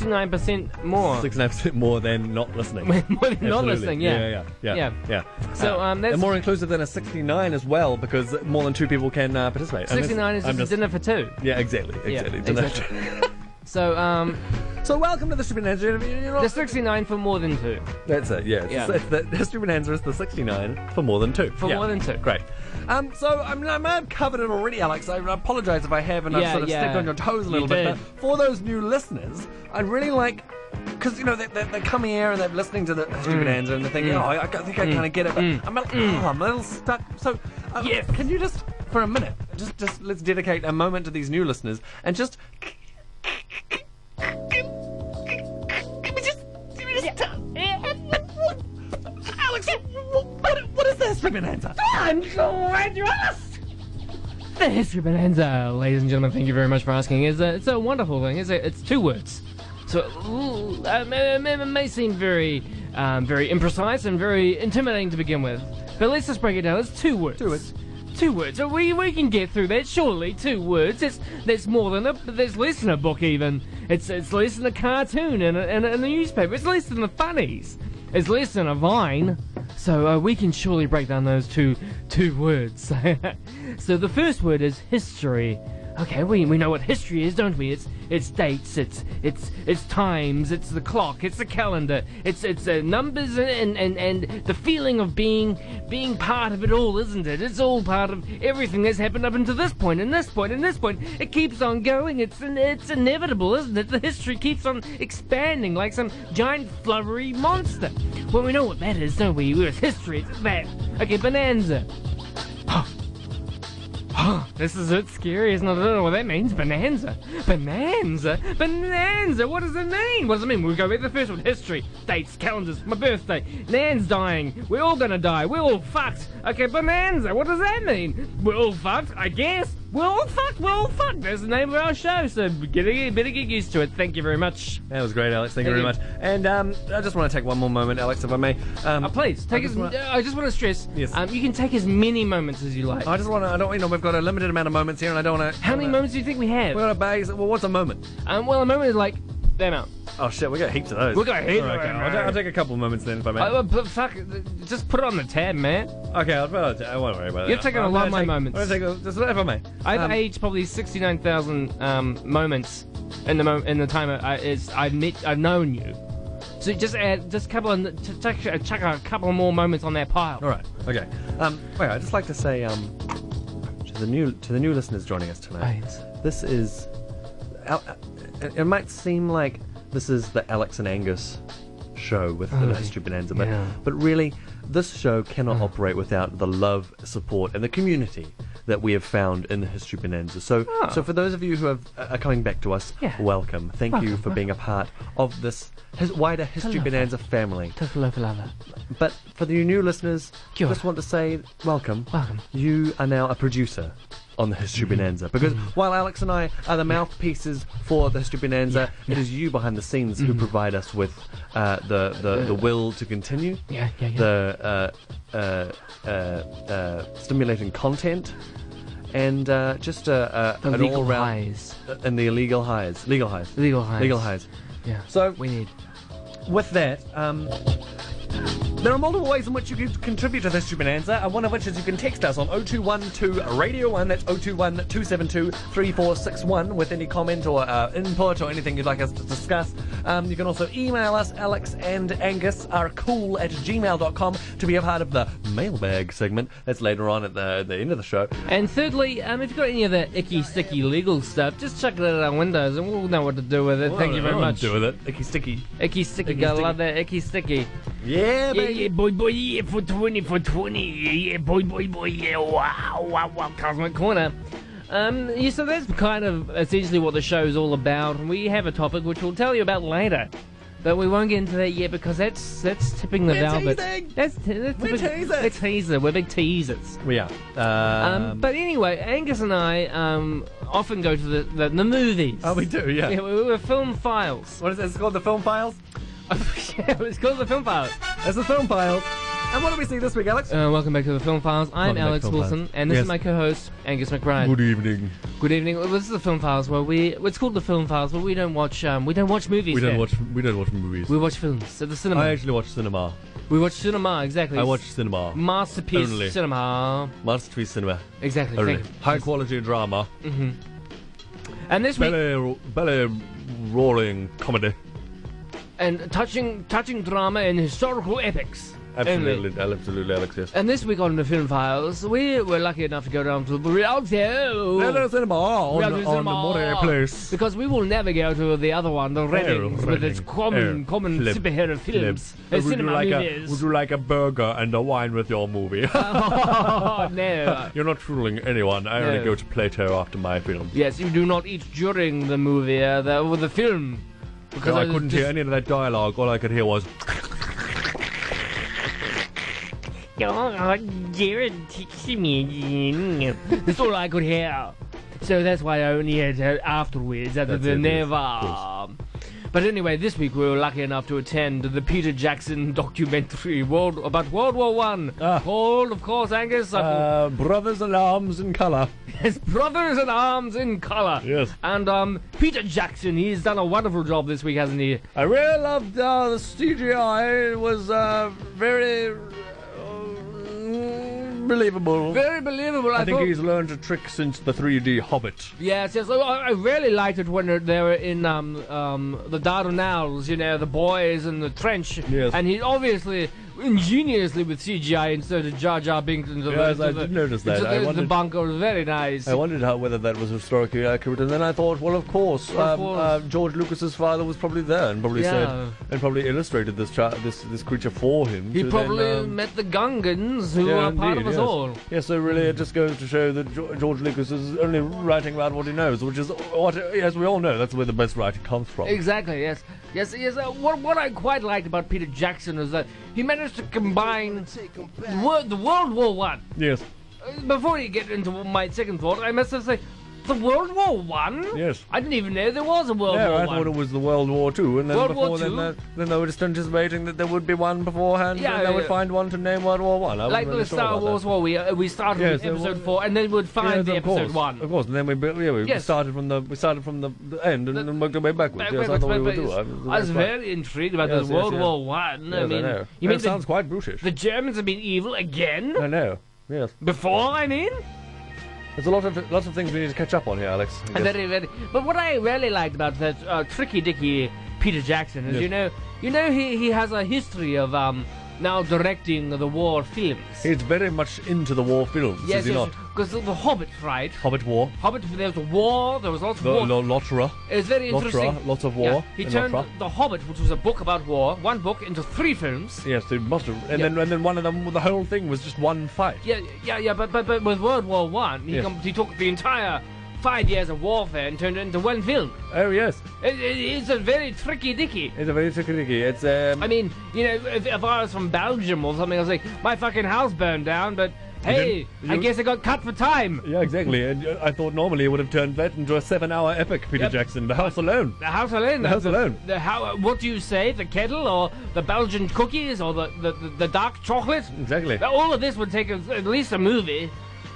B: 69% more.
C: Six and a half percent more than not listening.
B: More than not
C: Absolutely.
B: listening, yeah.
C: yeah, yeah, yeah, yeah. Uh,
B: So, um, that's-
C: and more inclusive than a sixty-nine as well, because more than two people can uh, participate. And this-
B: 69 is
C: I'm
B: just, dinner for two.
C: Yeah, exactly, exactly. Dinner.
B: exactly. So, um,
C: so welcome to the History Bonanza. You know-
B: there's 69 for more than two.
C: That's it. Yeah, it's
B: Yeah.
C: it's the History Bonanza is the sixty-nine for more than two.
B: For more than two.
C: Great. Um, so I mean, I may have covered it already, Alex. I I apologise if I have, and I've
B: Yeah,
C: sort of
B: yeah.
C: stepped on your toes a
B: You
C: little bit.
B: did.
C: But for those new listeners, I'd really like. Because you know they, they, they come here and they're listening to the History Bonanza and they're thinking, oh, I, I think I kind of get it, but I'm, a, oh, I'm a little stuck. So, uh,
B: Yes.
C: can you just for a minute, just just let's dedicate a moment to these new listeners and just
F: Give me just, give me just. t- Alex, what, what- what is the history bonanza?
B: I'm glad you asked. The history bonanza, ladies and gentlemen. Thank you very much for asking. It's a, it's a wonderful thing. It's a, it's two words. So ooh, um, it, may- it may seem very um, very imprecise and very intimidating to begin with, but let's just break it down. It's two words. Two
C: words.
B: Two words. So we we can get through that. Surely two words. It's that's more than a that's less than a book even. It's it's less than a cartoon and a, and a, and a newspaper. It's less than the funnies. It's less than a vine. So uh, we can surely break down those two two words. so the first word is history. Okay, we, we know what history is, don't we? It's it's dates, it's it's it's times, it's the clock, it's the calendar, it's it's uh, numbers and, and and and the feeling of being being part of it all, isn't it? It's all part of everything that's happened up until this point, and this point, and this point. It keeps on going. It's in- it's inevitable, isn't it? The history keeps on expanding like some giant flubbery monster. Well, we know what that is, don't we? It's history. It's that. Okay, bonanza. This is it scary, isn't it? I don't know what that means. Bonanza. Bonanza? Bonanza? What does it mean? What does it mean? We'll go back to the first one. History. Dates, calendars, my birthday. Nan's dying. We're all gonna die. We're all fucked. Okay, bonanza. What does that mean? We're all fucked, I guess. We're all fucked. We're all fucked. That's the name of our show, so get, better get used to it. Thank you very much.
C: That was great, Alex. Thank, you very
B: Thank
C: much. And um, I just want to take one more moment, Alex, if I may. Um,
B: Uh, please, take
C: I
B: as.
C: just wanna-
B: I just want to stress
C: Yes.
B: um, you can take as many moments as you like.
C: I just want to. I don't. You know, we've got a limited amount of moments here, and I don't want to.
B: How many moments do you think we have?
C: We're on a base. Well, what's a moment?
B: um, well, a moment is like that amount.
C: Oh shit, we got heaps of those.
B: We got heaps of
C: Alright, okay,
B: them,
C: I'll, ta-
B: mate.
C: I'll take a couple of moments then, if I may.
B: Uh, but fuck, just put it on the tab, man.
C: okay, I'll, I'll, I will i will i will not worry about it.
B: You're taking a
C: I'm
B: lot
C: gonna
B: of my
C: take-
B: moments.
C: I'm gonna take a- just if I may.
B: I've
C: Um,
B: aged probably sixty-nine thousand um, moments in the mo- in the time I, I, it's, I've met, I've known you. So just add just a couple and chuck, uh, chuck a couple more moments on that pile.
G: All right. Okay. Um, wait, I'd just like to say um, to the new to the new listeners joining us tonight.
B: Right.
G: This is. Al- it, it might seem like this is the Alex and Angus show with the history bonanza, but
B: Oh, yeah.
G: but really, this show cannot
B: Mm.
G: operate without the love, support, and the community that we have found in the history bonanza. So so for those of you who have, are coming back to us,
B: Ah. Yeah.
G: welcome. Thank you for being a part of this his, wider history
B: Hello.
G: bonanza family.
B: Total love, love, love.
G: But for the new listeners,
B: Kia ora.
G: just want to say welcome.
B: Welcome.
G: You are now a producer on the History Bonanza
B: Mm.
G: because while Alex and I are the mouthpieces for the History Bonanza, it is you behind the scenes
B: Mm-hmm.
G: who provide us with uh, the, the the will to continue.
B: Yeah, yeah, yeah.
G: The uh, uh, uh, uh, stimulating content. And uh, just a, a
B: The
G: an
B: legal
G: all-round-
B: highs.
G: and the illegal highs, legal highs,
B: Legal highs.
G: legal highs.
B: Yeah.
G: So-
B: we need.
G: With that, um, there are multiple ways in which you can contribute to this Stupid Answer, and one of which is you can text us on 0212 Radio 1, that's 021 272 3461, with any comment or uh, input or anything you'd like us to discuss. Um, you can also email us, Alex and Angus are cool at gmail.com, to be a part of the mailbag segment. That's later on at the, the end of the show.
B: And thirdly, um, if you've got any of that icky, sticky legal stuff, just chuck it at our windows and we'll know what to do with it. Thank you very much.
G: Do with it. Icky sticky.
B: Icky, sticky.
G: Icky,
B: Gotta
G: sticky.
B: love that icky, sticky.
G: Yeah,
B: Yeah,
G: baby.
B: yeah, eh, boy, boy, yeah, for 20, for 20, yeah, yeah, Eh, boy, boy, boy, yeah, wow, wow, wow, Cosmic Corner. Um, yeah, so that's kind of essentially what the show's all about. We have a topic which we'll tell you about later, but we won't get into that yet because that's that's tipping the
G: We're
B: valve. but-
G: teasing!
B: That's, t- that's
G: We're
B: a big,
G: teasers!
B: We're teaser. We're big teasers.
G: We are.
B: Um,
G: Um,
B: but anyway, Angus and I um, often go to the, the, the movies.
G: oh, we do, yeah.
B: Yeah, we- we're film files.
G: What is it? It's called the Film Files?
B: yeah, it's called the film files.
G: That's the Film Files. And what do we see this week, Alex?
B: Uh, welcome back to the Film Files. I'm
G: Welcome back,
B: Alex
G: Film
B: Wilson,
G: Files.
B: and this
G: Yes.
B: is my co-host Angus McBride. Good,
G: evening.
B: evening. Well, this is the Film Files where we it's called the Film Files, where we don't watch um, we don't watch movies.
G: We don't
B: here.
G: watch. We don't watch movies.
B: We watch films at the cinema.
G: I actually watch cinema.
B: we watch cinema exactly.
G: I watch cinema.
B: masterpiece
G: Only.
B: cinema.
G: Masterpiece cinema.
B: Exactly.
G: Only.
B: Thank you.
G: High quality drama.
B: And this week,
G: Belly, belly roaring comedy.
B: and touching touching drama and historical epics. Only.
G: Absolutely, absolutely, Alex. Yes.
B: And this week on the Film Files, we were lucky enough to go down to the Rialto.
G: Belly cinema on,
B: Reality
G: on
B: cinema.
G: Moray Place.
B: Because we will never go to the other one, the Reddings, with its
G: Reading.
B: common,
G: Oh,
B: common
G: flip,
B: superhero films.
G: Flip.
B: The
G: Would you
B: cinema
G: like a
B: movies.
G: Would you like a burger and a wine with your movie?
B: oh, no.
G: You're not fooling anyone. I only
B: No.
G: go to Plato after my film.
B: yes, you do not eat during the movie, uh, the, or the film. Because
G: No, I
B: was
G: couldn't hear any of that dialogue. All I could hear was.
B: Oh, Jared takes me. That's all I could hear. So that's why I only had it afterwards at
G: That's
B: the
G: it, yes,
B: Neva. But anyway, this week we were lucky enough to attend the Peter Jackson documentary world about World War One,
G: Ah.
B: called, of course, Angus,
G: Uh, brothers in arms in colour.
B: his brothers in arms in colour.
G: Yes.
B: And um, Peter Jackson, he's done a wonderful job this week, hasn't he?
G: I really loved uh, the CGI. It was uh, very uh, believable.
B: Very believable. I,
G: I think
B: thought-
G: he's learned a trick since the 3D Hobbit.
B: Yes, yes. I, I really liked it when they were in um, um, the Dardanelles, you know, the boys in the trench.
G: Yes.
B: And he obviously, ingeniously with CGI inserted Jar Jar Binks into the,
G: Yes,
B: into
G: I
B: the,
G: did notice that.
B: into
G: I
B: the, the
G: wondered-
B: bunker. Very nice.
G: I wondered how whether that was historically accurate, and then I thought, well, of course, um,
B: course.
G: Uh, George Lucas's father was probably there and probably
B: Yeah.
G: said and probably illustrated this char- this this creature for him.
B: he
G: to
B: probably
G: then, um,
B: met the Gungans, who
G: Yeah,
B: are part
G: indeed,
B: of us
G: yes.
B: all.
G: Yeah, so really it just goes to show that Geo- George Lucas is only writing about what he knows, which is what, as we all know, that's where the best writing comes from.
B: Exactly. Yes. Yes. Yes. Uh, what What I quite liked about Peter Jackson is that he managed to combine wor- the World War One. Uh,
G: Yes,
B: Before you get into my second thought, I must have said, the World War One.
G: Yes.
B: I didn't even know there was a World
G: yeah,
B: War
G: I thought it
B: One.
G: was the World War Two, and then
B: World War
G: before then,
B: Two?
G: uh, then they were just anticipating that there would be one beforehand,
B: Yeah,
G: and they
B: yeah,
G: would
B: yeah.
G: find one to name World War One. I wasn't
B: Like
G: really
B: the
G: sure
B: Star
G: about
B: Wars
G: that.
B: war, we uh, we started
G: Yes,
B: with
G: there
B: episode
G: was-
B: four, and then we'd find
G: Yes,
B: the
G: of
B: episode
G: course,
B: one.
G: Of course, and then we bu- yeah, we
B: Yes.
G: started from the we started from the, the end and
B: The-
G: then worked our way backwards.
B: Back-
G: yes, I
B: backwards,
G: thought we uh, would
B: backwards.
G: do. I,
B: I was very intrigued about
G: Yes,
B: this
G: yes,
B: World
G: yes.
B: War One.
G: Yes,
B: I mean,
G: know.
B: you
G: it
B: mean
G: sounds
B: the,
G: quite brutish.
B: the Germans have been evil again?
G: I know. Yes.
B: Before I mean,
G: There's a lot of lots of things we need to catch up on here, Alex. I guess.
B: very very. But what I really liked about that uh, tricky dicky Peter Jackson is,
G: Yes.
B: you know, You know, he, he has a history of um, now directing the war films.
G: He's very much into the war films, is
B: yes,
G: he
B: yes,
G: not?
B: because of the Hobbit, right?
G: Hobbit War,
B: Hobbit, there was a war, there was lots of
G: the
B: war.
G: Lo- Lotra.
B: It was very
G: Lotra,
B: interesting.
G: lots of war
B: Yeah. He
G: in
B: turned
G: Lotra.
B: The Hobbit, which was a book about war, one book, into three films.
G: Yes, they must have. And
B: Yeah.
G: then and then one of them, the whole thing was just one fight.
B: Yeah, yeah, yeah, but, but, but with World War One, he,
G: Yes.
B: com- he took the entire five years of warfare and turned it into one film.
G: Oh yes,
B: It, it, it's a very tricky dicky.
G: it's a very tricky. It's um,
B: I mean, you know, if, if I was from Belgium or something, I was like, my fucking house burned down, but hey,
G: didn't-
B: I
G: you-
B: guess it got cut for time.
G: yeah, exactly. And uh, I thought normally it would have turned that into a seven-hour epic. Peter
B: Yep.
G: Jackson, The House Alone.
B: The house alone.
G: The house alone.
B: The how? What do you say? The kettle or the Belgian cookies or the the, the, the dark chocolate?
G: Exactly.
B: All of this would take us at least a movie.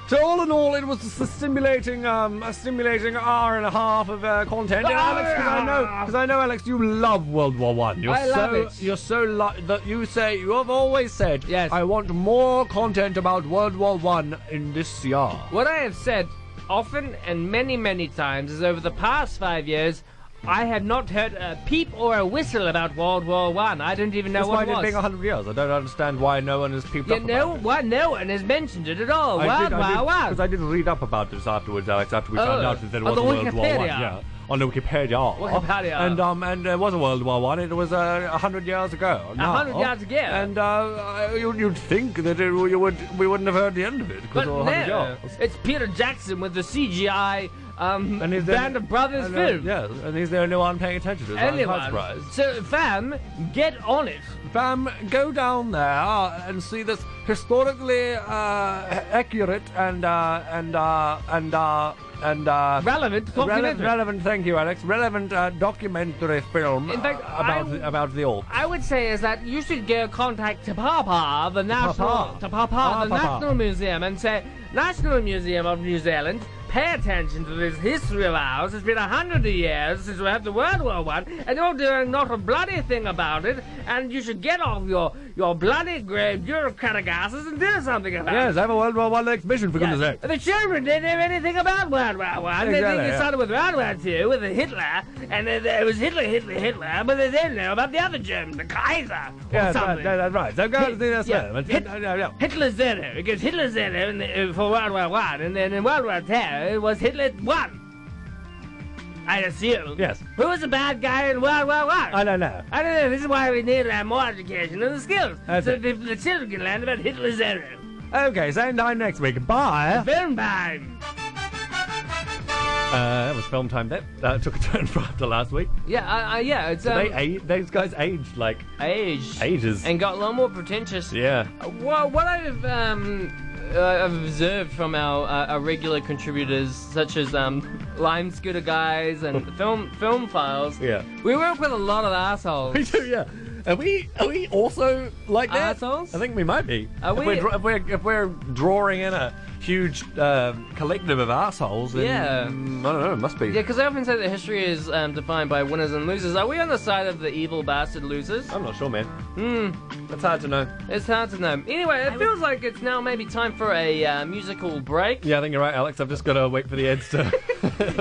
G: So all in all, it was a stimulating, um, a stimulating hour and a half of uh, content. And Alex, because I know, because I know, Alex, you love World War One. You're
B: I
G: so,
B: love it.
G: You're so lo- that you say you have always said,
B: Yes.
G: I want more content about World War One in this year.
B: What I have said often and many many times is over the past five years. I have not heard a peep or a whistle about World War One. I. don't even know
G: That's why
B: what
G: it
B: it was.
G: being 100 years. I don't understand why no one has peeped
B: Yeah,
G: up
B: no,
G: about it.
B: why no one has mentioned it at all?
G: I
B: wow,
G: did- I
B: wow,
G: did-
B: wow.
G: Because I did read up about this afterwards, Alex. After we
B: Oh,
G: found out that there
B: on
G: was
B: the
G: a World War One,
B: Wikipedia.
G: yeah, on the Wikipedia,
B: Wikipedia.
G: and um, and it was a World War One. It was a uh, hundred years ago. now.
B: hundred years ago.
G: and uh, you, you'd think that it, you would we wouldn't have heard the end of it
B: But
G: because
B: no,
G: hundred years.
B: it's Peter Jackson with the CGI um,
G: And he's the-
B: Band of Brothers
G: And, uh,
B: film.
G: yeah, and he's the only one paying attention. to I'm quite
B: Anyone.
G: surprised.
B: So, fam, get on it.
G: Fam, go down there and see this historically uh, accurate and uh, and uh, and uh, and uh,
B: Relevant
G: Relevant,
B: documentary.
G: relevant, thank you, Alex. Relevant uh, documentary film
B: In fact,
G: uh, about
B: I-
G: the, about the orc.
B: I would say is that you should go contact Te Papa, the national,
G: Papa.
B: Te Papa,
G: Ah,
B: the
G: Papa.
B: National Museum, and say, National Museum of New Zealand, pay attention to this history of ours. It's been a hundred years since we had the World War One, and you're doing not a bloody thing about it. And you should get off your your bloody grave bureaucratic asses and do something about it.
G: Yes, I have a World War One exhibition for
B: Yeah.
G: goodness sake.
B: The children didn't know anything about World War One. They think
G: Exactly,
B: it
G: yeah.
B: started with World War Two with Hitler, and it, it was Hitler, Hitler, Hitler. But they didn't know about the other German, the Kaiser, or
G: Yes, that,
B: something.
G: that, that's right. So go
B: Hit-
G: to see this
B: yeah,
G: film. It's-
B: hit-
G: yeah, yeah, yeah.
B: Hitler's zero because Hitler's zero in the, uh, for World War One, and then in World War Two it was Hitler one. I assume.
G: Yes.
B: Who was the bad guy in World War One?
G: I don't know.
B: I don't know. This is why we need uh, more education and the skills,
G: That's
B: so
G: it.
B: that the children can learn about Hitler's zero.
G: Okay, same time next week. Bye.
B: Film time.
G: Uh, that was film time. That uh, took a turn for after last week.
B: Yeah, uh, uh, yeah. It's
G: they a- those guys aged like
B: age
G: ages.
B: and got a lot more pretentious.
G: yeah.
B: Well, what I've um, uh, observed from our, uh, our regular contributors, such as um, Lime Scooter Guys and Film Film Files,
G: Yeah.
B: we work with a lot of assholes.
G: We do, yeah. Are we are we also like that?
B: Assholes?
G: I think we might be.
B: Uh, Are
G: if
B: we-
G: We're, dra- if, we're, if we're drawing in a huge um, collective of assholes, then,
B: Yeah.
G: mm, I don't know. It must be.
B: Yeah, because I often say that history is um, defined by winners and losers. Are we on the side of the evil bastard losers? Hmm.
G: I'm not sure, man. That's hard to know.
B: It's hard to know. Anyway, it feels like it's now maybe time for a uh, musical break.
G: Yeah, I think you're right, Alex. I've just got to wait for the ads to.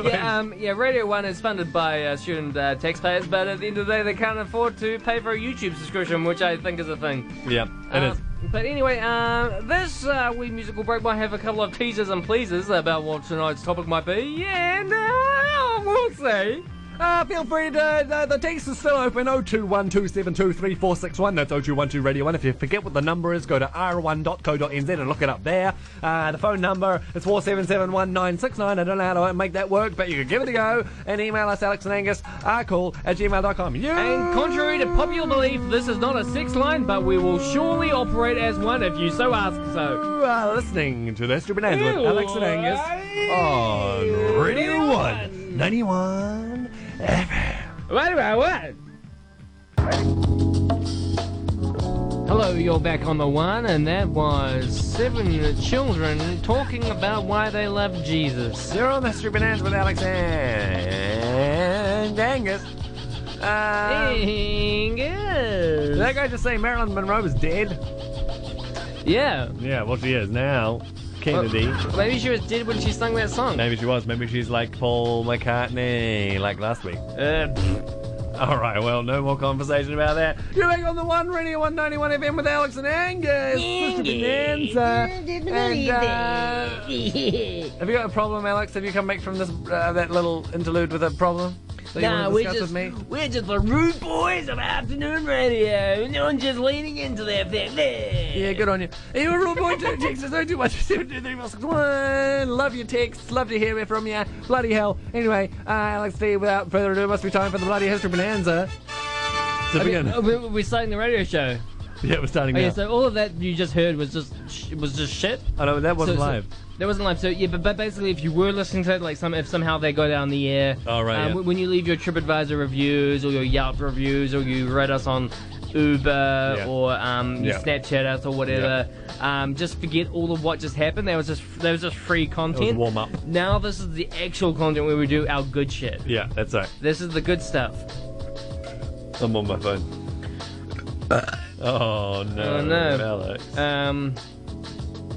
B: yeah, um, yeah. Radio One is funded by uh, student uh, taxpayers, but at the end of the day, they can't afford to pay for a YouTube subscription, which I think is a thing.
G: yeah, it
B: Uh,
G: is.
B: But anyway, uh, this uh, wee musical break might have a couple of teasers and pleasers about what tonight's topic might be, and uh, we'll see.
G: Uh, feel free to. Uh, the text is still open 0212723461. That's 0212 Radio 1. If you forget what the number is, go to r1.co.nz and look it up there. Uh, the phone number is 4771969. I don't know how to make that work, but you can give it a go and email us, Alex and Angus, rcall at gmail.com. You
B: And contrary to popular belief, this is not a six line, but we will surely operate as one if you so ask so.
G: are listening to the Stupid Answer with Alex and Angus Oh, on Radio 1 91 FM.
B: Wait a minute, what? Hello, you're back on the one, and that was seven children talking about why they love Jesus.
G: You're on the Stupid Answer with Alex and Angus. Um, Did that
B: Angus.
G: guy just say Marilyn Monroe is dead?
B: Yeah.
G: Yeah, well, she is now. Kennedy.
B: Maybe she was dead when she sung that song.
G: Maybe she was. Maybe she's like Paul McCartney, like last week.
B: Uh, pfft.
G: All right, well, no more conversation about that. You're back on the One Radio 191 FM with Alex and Angus. Mr. Bonanza. And, uh, have you got a problem, Alex? Have you come back from this uh, that little interlude with a problem that you
C: Nah,
G: want to
C: we're
G: discuss
C: just,
G: with me?
C: we're just the rude boys of afternoon radio. and I'm just leaning into their fact there.
G: Yeah, good on you. Are you a real boy? Don't text us. Don't do much. Love your texts. Love to hear from you. Bloody hell. Anyway, uh, Alex D, without further ado, it must be time for the bloody history bonanza. To begin.
B: Oh, we- We're starting the radio show.
G: Yeah, we're starting
B: Okay,
G: now.
B: so all of that you just heard was just sh- was just shit.
G: oh, no, that wasn't
B: So- so-
G: live.
B: That wasn't live. So yeah, but, but basically, if you were listening to it, like some if somehow they go down the air.
G: Oh, right, yeah.
B: w- When you leave your TripAdvisor reviews or your Yelp reviews or you rate us on Uber
G: Yeah.
B: or um, you
G: Yeah.
B: Snapchat us or whatever, um, just forget all of what just happened. That was just that was just free content.
G: warm up.
B: Now this is the actual content where we do our good shit.
G: Yeah, that's right.
B: This is the good stuff.
G: I'm on my phone. Oh no,
B: Oh, no.
G: Alex.
B: Um,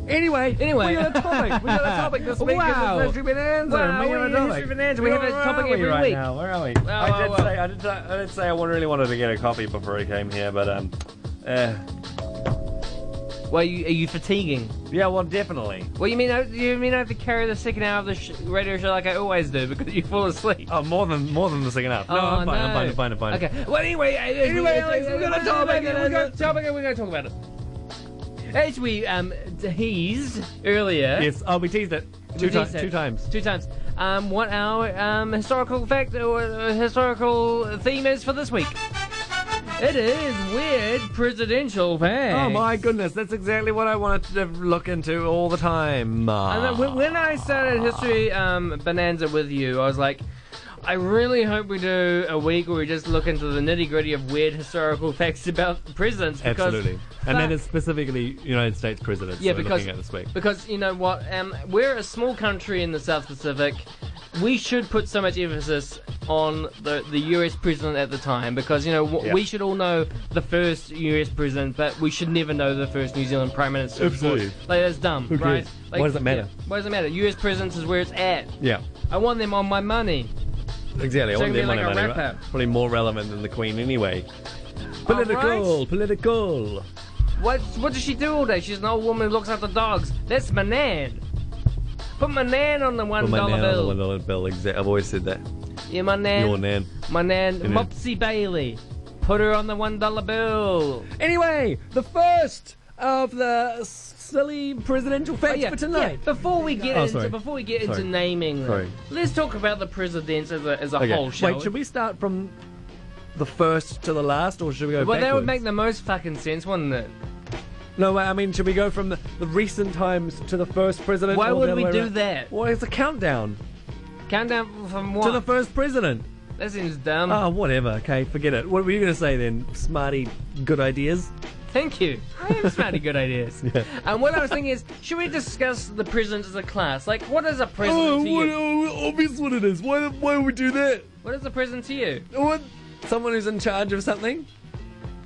G: Anyway,
B: Anyway.
G: we got a topic. We got a topic this week. 'cause
B: Wow.
G: It's History Bonanza.
B: Wow,
G: we
B: we're
G: got a
B: in
G: topic.
B: History Bonanza. We have a
G: Where
B: topic
G: are we
B: every
G: right
B: week.
G: Now? Where are we?
B: Wow,
G: I,
B: wow,
G: did
B: wow.
G: Say, I did. say- I did say I really wanted to get a coffee before I came here, but um, uh,
B: well, you, are you fatiguing?
G: yeah, well, definitely.
B: Well, you mean I, you mean I have to carry the second hour of the sh- radio show like I always do because you fall asleep.
G: Oh, more than more than the second half. No,
B: Oh,
G: I'm fine.
B: no.
G: I'm fine. I'm fine. I'm fine.
B: Okay. Well, anyway, uh,
G: Anyway, Alex, we've got a topic,
B: We've
G: and
B: got a
G: it's-
B: topic, and we're going to talk about it. As we um teased earlier,
G: Yes. Oh, we teased it two
B: We
G: times.
B: teased it.
G: Two times.
B: two times. Um, what our um historical fact or uh, historical theme is for this week? It is weird presidential fact.
G: Oh my goodness, that's exactly what I wanted to look into all the time. Ah,
B: And then when, when I started History um, Bonanza with you, I was like, I really hope we do a week where we just look into the nitty gritty of weird historical facts about presidents. Because,
G: Absolutely. And that
B: Fuck.
G: is specifically United States presidents
B: Yeah,
G: we're
B: because-
G: looking at this week.
B: Because, you know what? Um, we're a small country in the South Pacific. We should put so much emphasis on the, the US president at the time because, you know, w-
G: Yeah.
B: we should all know the first US president, but we should never know the first New Zealand prime minister. of course.
G: Absolutely.
B: Like, that's dumb,
G: cares?
B: right? Like,
G: Why does it matter?
B: yeah, why does it matter? US presidents is where it's at.
G: Yeah.
B: I want them on my money.
G: Exactly.
B: So
G: I
B: it'd
G: want their
B: be
G: money,
B: like a
G: money,
B: wrap
G: right?
B: up.
G: Probably more relevant than the Queen anyway.
B: All
G: Political,
B: right.
G: political.
B: What what does she do all day? She's an old woman who looks after dogs. That's my nan. Put my nan on the one
G: Put my
B: dollar
G: nan on the
B: bill.
G: one dollar bill. Exactly. I've always said that.
B: Yeah, my nan.
G: Your nan.
B: My nan,
G: nan.
B: Mopsy Bailey. Put her on the one dollar bill.
H: Anyway, the first of the silly presidential facts
B: Oh, yeah,
H: for tonight.
B: yeah, Before we get
G: Oh,
B: into
G: sorry.
B: before we get
G: Sorry.
B: into naming, them,
G: Sorry.
B: let's talk about the presidents as a as a
G: Okay.
B: whole. Shall
G: Wait, should we start from the first to the last, or should we go?
B: Well, that would
G: backwards?
B: make the most fucking sense, wouldn't it?
G: No, wait, I mean, should we go from the, the recent times to the first president?
B: Why
G: or the
B: would
G: other
B: we
G: way
B: do
G: around?
B: that?
G: Well, it's a countdown
B: Countdown from
G: to the
B: what?
G: first president.
B: that seems dumb.
G: Oh, whatever. Okay, forget it. What were you going to say then, smarty? Good ideas.
B: Thank you. I am smarty good ideas. And what I was thinking is, should we discuss the president as a class? Like, what is a president
G: Oh,
B: to you?
G: obvious what it is. Why, why would we do that?
B: What is a president to you?
G: What? Someone who's in charge of something.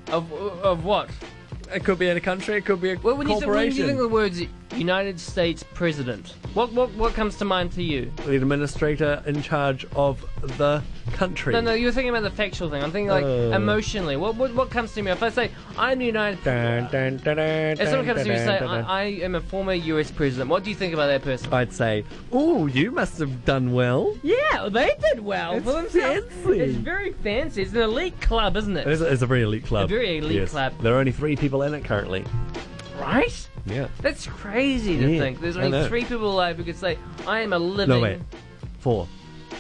B: Of of what?
G: It could be in a country. It could be a
B: Well, when you, say- when you
G: corporation.
B: think of the words United States president, what what what comes to mind to you?
G: the administrator in charge of the country.
B: No, no, you're thinking about the factual thing. I'm thinking like
G: Uh.
B: emotionally. What, what what comes to me if I say I'm the United?
G: Dun, dun, dun, dun,
B: If someone comes to me and
G: dun,
B: say
G: dun,
B: I,
G: dun.
B: I am a former U.S. president, what do you think about that person?
G: I'd say, oh, you must have done well.
B: Yeah, they did well
G: It's fancy.
B: It's very fancy. It's an elite club, isn't it?
G: It is a, it's a very elite club.
B: A very elite
G: Yes.
B: club.
G: There are only three people in it currently.
B: Right?
G: Yeah.
B: That's crazy to
G: Yeah,
B: think. There's
G: I
B: only
G: know.
B: three people alive who could say, I am a living.
G: No, wait. Four.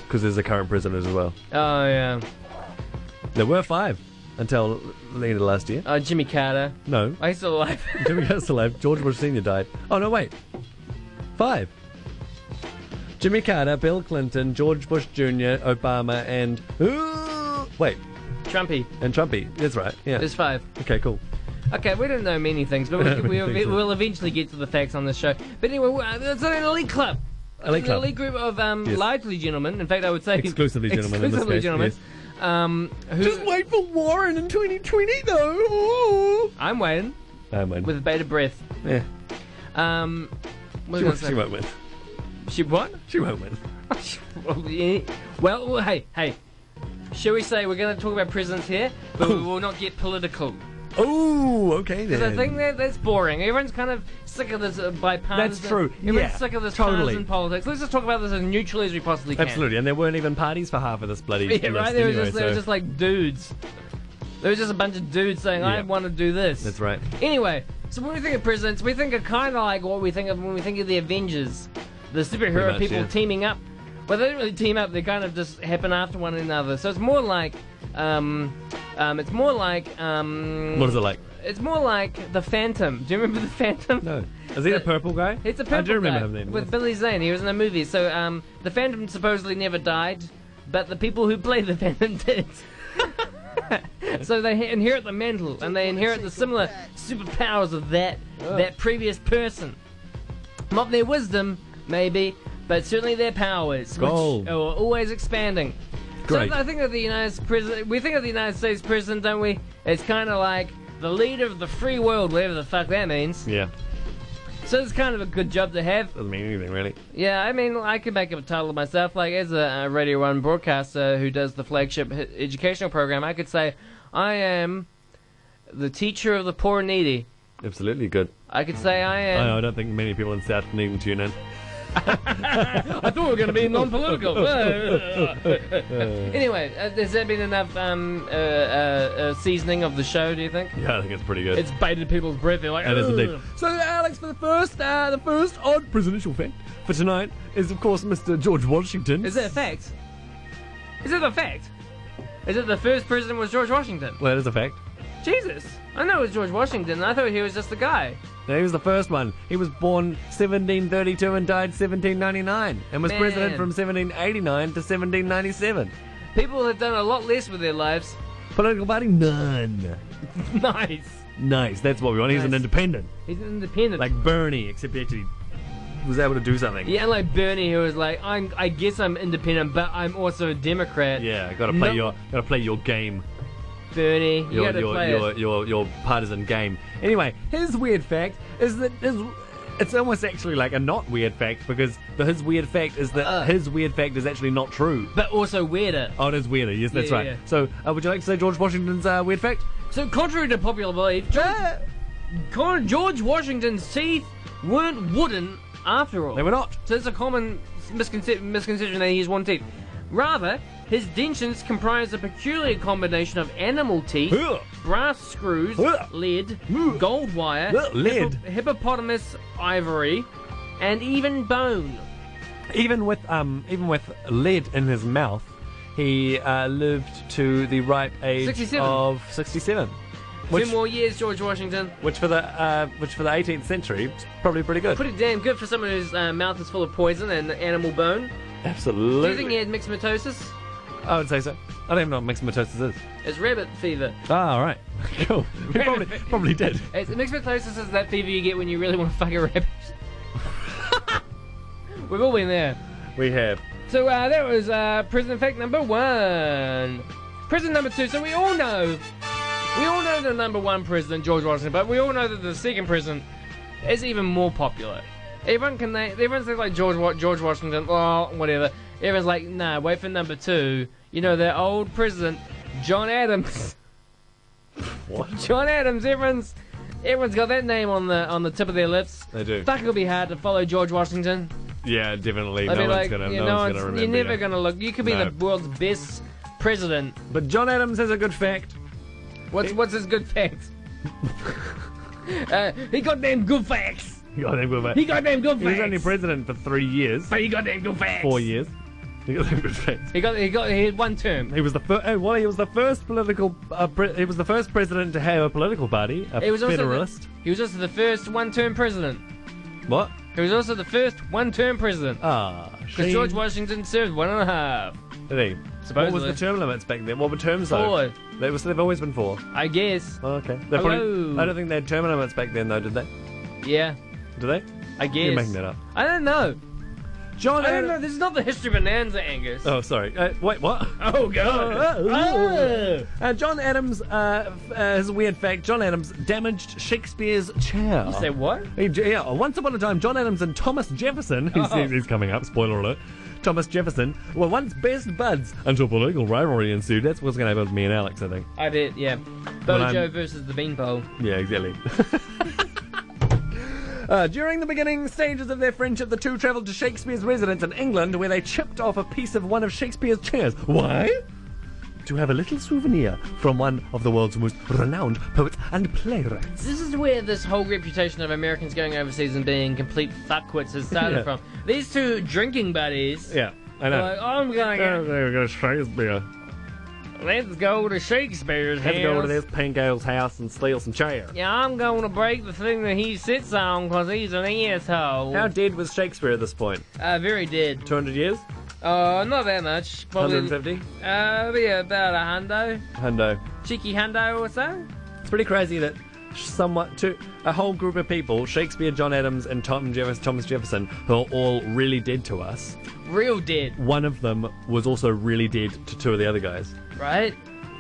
G: Because there's a current president as well.
B: Oh, yeah.
G: There were five until the end of last year.
B: Oh, Jimmy Carter.
G: No.
B: Oh, he's still alive.
G: Jimmy Carter still alive. George Bush Sr. died. Oh, no, wait. Five. Jimmy Carter, Bill Clinton, George Bush Jr., Obama, and. Ooh, wait.
B: Trumpy.
G: And Trumpy. That's right. Yeah.
B: There's five.
G: Okay, cool.
B: Okay, we don't know many things, but we,
G: Many
B: we'll,
G: things, yeah.
B: we'll eventually get to the facts on this show. But anyway, we- uh, it's an elite club.
G: Elite
B: It's an
G: club.
B: elite group of um,
G: Yes.
B: largely gentlemen. In fact, I would say
G: Exclusively gentlemen in this
B: Exclusively
G: case,
B: gentlemen. Um, who,
G: wait for Warren in 2020, though. Ooh.
B: I'm waiting
G: I win.
B: with bated breath.
G: yeah.
B: Um, what
G: she, won't,
B: was I
G: she
B: gonna
G: won't win.
B: say? She what?
G: She won't win.
B: Well, yeah. well, hey, hey. Shall we say we're going to talk about presidents here, but we will not get political.
G: Oh, okay then.
B: I think that that's boring. Everyone's kind of sick of this uh, bipartisan.
G: That's true.
B: Everyone's
G: Yeah,
B: sick of this
G: totally.
B: partisan politics. Let's just talk about this as neutrally as we possibly can.
G: Absolutely, and there weren't even parties for half of this bloody
B: Yeah,
G: list
B: right. There was
G: anyway,
B: just there was
G: so-
B: just like dudes. There was just a bunch of dudes saying, "I
G: Yeah.
B: want to do this."
G: That's right.
B: Anyway, so when we think of presidents, we think of kind of like what we think of when we think of the Avengers, the superhero
G: much,
B: people
G: yeah.
B: teaming up. Well, they don't really team up; they kind of just happen after one another. So it's more like, um, um, it's more like, um,
G: What is it like?
B: It's more like the Phantom. Do you remember the Phantom?
G: No. Is Oh. he a purple guy?
B: It's a purple
G: I do remember
B: guy
G: him then.
B: with Billy Zane. He was in a movie. So um, the Phantom supposedly never died, but the people who play the Phantom did. so they ha- inherit the mental, and they inherit the similar superpowers of that
G: Oh.
B: that previous person. Not their wisdom, maybe, but certainly their powers,
G: Gold.
B: which are always expanding.
G: Great.
B: So I think of the United States president. We think of the United States president, don't we? It's kind of like the leader of the free world, whatever the fuck that means.
G: Yeah.
B: So it's kind of a good job to have.
G: Doesn't mean anything really.
B: Yeah, I mean, I could make up a title myself. Like, as a, uh Radio 1 broadcaster who does the flagship h- educational program, I could say, I am the teacher of the poor and needy.
G: Absolutely good.
B: I could say, I
G: I, know,
B: am.
G: I don't think many people in South Dunedin tune in.
B: I thought we were going to be non political. anyway, uh, has there been enough um, uh, uh, uh, seasoning of the show, do you think?
G: Yeah, I think it's pretty good.
B: It's baited people's breath. They're like,
G: That is indeed.
B: "Ugh."
G: So, Alex, for the first, uh, the first odd presidential fact for tonight is, of course, Mr. George Washington.
B: Is it a fact? Is it a fact? Is it the first president was George Washington?
G: Well, that is a fact.
B: Jesus! I know it was George Washington. I thought he was just the guy.
G: Now, he was the first one. He was born 1732 and died 1799, and was
B: Man.
G: president from 1789 to 1797.
B: People have done a lot less with their lives.
G: Political party? None.
B: nice.
G: Nice. That's what we want. He's an
B: Nice.
G: independent,
B: He's independent.
G: like Bernie, except he actually was able to do something.
B: yeah, like Bernie, who was like, I'm. I guess I'm independent, but I'm also a Democrat.
G: Yeah, gotta play
B: No.
G: your gotta play your game.
B: Bernie, you
G: your
B: gotta
G: your
B: play
G: your,
B: it.
G: your your partisan game. Anyway, his weird fact is that his, it's almost actually like a not weird fact because the, his weird fact is that
B: Uh.
G: his weird fact is actually not true.
B: But also weirder.
G: Oh, it is weirder. Yes, that's
B: Yeah,
G: right.
B: yeah, yeah.
G: So, uh, would you like to say George Washington's uh, weird fact?
B: So contrary to popular belief, George, Con- George Washington's teeth weren't wooden after all.
G: They were not.
B: So it's a common misconce- misconception that he used one teeth. Rather, his dentures comprised a peculiar combination of animal teeth,
G: Ugh.
B: brass screws,
G: Ugh.
B: lead,
G: Ugh.
B: gold wire,
G: Ugh, lead.
B: hippo- hippopotamus ivory, and even bone.
G: Even with um, even with lead in his mouth, he uh, lived to the ripe age
B: 67.
G: of sixty-seven. Which,
B: Two more years, George Washington.
G: which for the uh, which for the 18th century, is probably pretty good.
B: Pretty damn good for someone whose uh, mouth is full of poison and animal bone. Do
G: Absolutely.
B: you think he had mixed mitosis?
G: I would say so. I don't even know what mixed mitosis is.
B: It's rabbit fever.
G: Ah, all right. Cool. We probably, probably did.
B: It's mixed mitosis is that fever you get when you really want to fuck a rabbit. We've all been there.
G: We have.
B: So uh, that was uh, prison fact number one. Prison number two. So we all know, we all know the number one president, George Washington, but we all know that the second president is even more popular. Everyone can they? Everyone says like George Wa- George Washington. Oh, whatever. Everyone's like, nah, wait for number two. You know that old president, John Adams.
G: What?
B: John Adams. Everyone's everyone's got that name on the on the tip of their lips.
G: They do.
B: Fuck, it'll be hard to follow George Washington.
G: Yeah, definitely.
B: I'd
G: no
B: be
G: one's
B: like,
G: gonna.
B: you
G: No
B: know,
G: one's
B: it's-
G: gonna remember.
B: you're never
G: you.
B: gonna look. You could be
G: No.
B: the world's best president.
G: But John Adams has a good fact.
B: What's what's his good facts? uh, he got damn good facts.
G: He got them good facts.
B: He got damn good
G: He
B: facts.
G: was only president for three years,
B: but he got damn good facts.
G: four years. He got them good facts.
B: He got he got he had one term.
G: He was the first. well, he was the first political. Uh, pre- he was the first president to have a political party. A
B: He was also
G: federalist.
B: The, he was also the first one-term president.
G: What?
B: He was also the first one-term president.
G: Ah,
B: Because
G: shame.
B: George Washington served one and a half.
G: Did he? What was
B: Supposedly.
G: the term limits back then? What were terms
B: Four.
G: though? They was, they've always been four.
B: I guess.
G: Oh, okay. They probably-
B: Hello.
G: I don't think they had term limits back then, though, did they?
B: Yeah.
G: Do they?
B: I guess.
G: You're making that up.
B: I don't know.
G: John.
B: I don't know.
G: Adam-
B: This is not the history bonanza, Angus.
G: Oh, sorry. Uh, wait, what?
B: Oh god. Oh.
G: Uh, John Adams, uh, f- uh, his weird fact John Adams damaged Shakespeare's chair.
B: Say what?
G: He, yeah, once upon a time, John Adams and Thomas Jefferson, he's,
B: Oh.
G: he's coming up, spoiler alert. Thomas Jefferson were once best buds until political rivalry ensued. That's what's going to happen with me and Alex, I think.
B: I did. Yeah.
G: I'm-
B: Bojo versus the Beanpole.
G: Yeah, exactly. Uh, during the beginning stages of their friendship, the two travelled to Shakespeare's residence in England, where they chipped off a piece of one of Shakespeare's chairs. Why? To have a little souvenir from one of the world's most renowned poets and playwrights.
B: This is where this whole reputation of Americans going overseas and being complete fuckwits has started
G: Yeah.
B: from. These two drinking buddies.
G: Yeah, I
B: were Like, I'm going.
G: They're going to Shakespeare.
B: Let's go to Shakespeare's
G: Have to
B: house.
G: go to this pink girl's house and steal some chair.
B: Yeah, I'm going to break the thing that he sits on because he's an asshole.
G: How dead was Shakespeare at this point?
B: uh, very dead.
G: 200 years?
B: Uh, not that much. Probably.
G: 150?
B: Uh, be about a hundo.
G: Hundo.
B: Cheeky hundo or so.
G: It's pretty crazy that somewhat to a whole group of people, Shakespeare, John Adams, and Tom Jefferson, Thomas Jefferson, who are all really dead to us.
B: Real dead,
G: One of them was also really dead to two of the other guys.
B: right?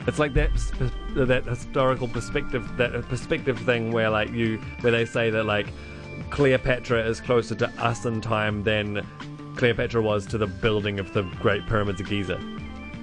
G: It's like that sp- that historical perspective, that uh, perspective thing where like you, where they say that like Cleopatra is closer to us in time than Cleopatra was to the building of the Great Pyramids of Giza.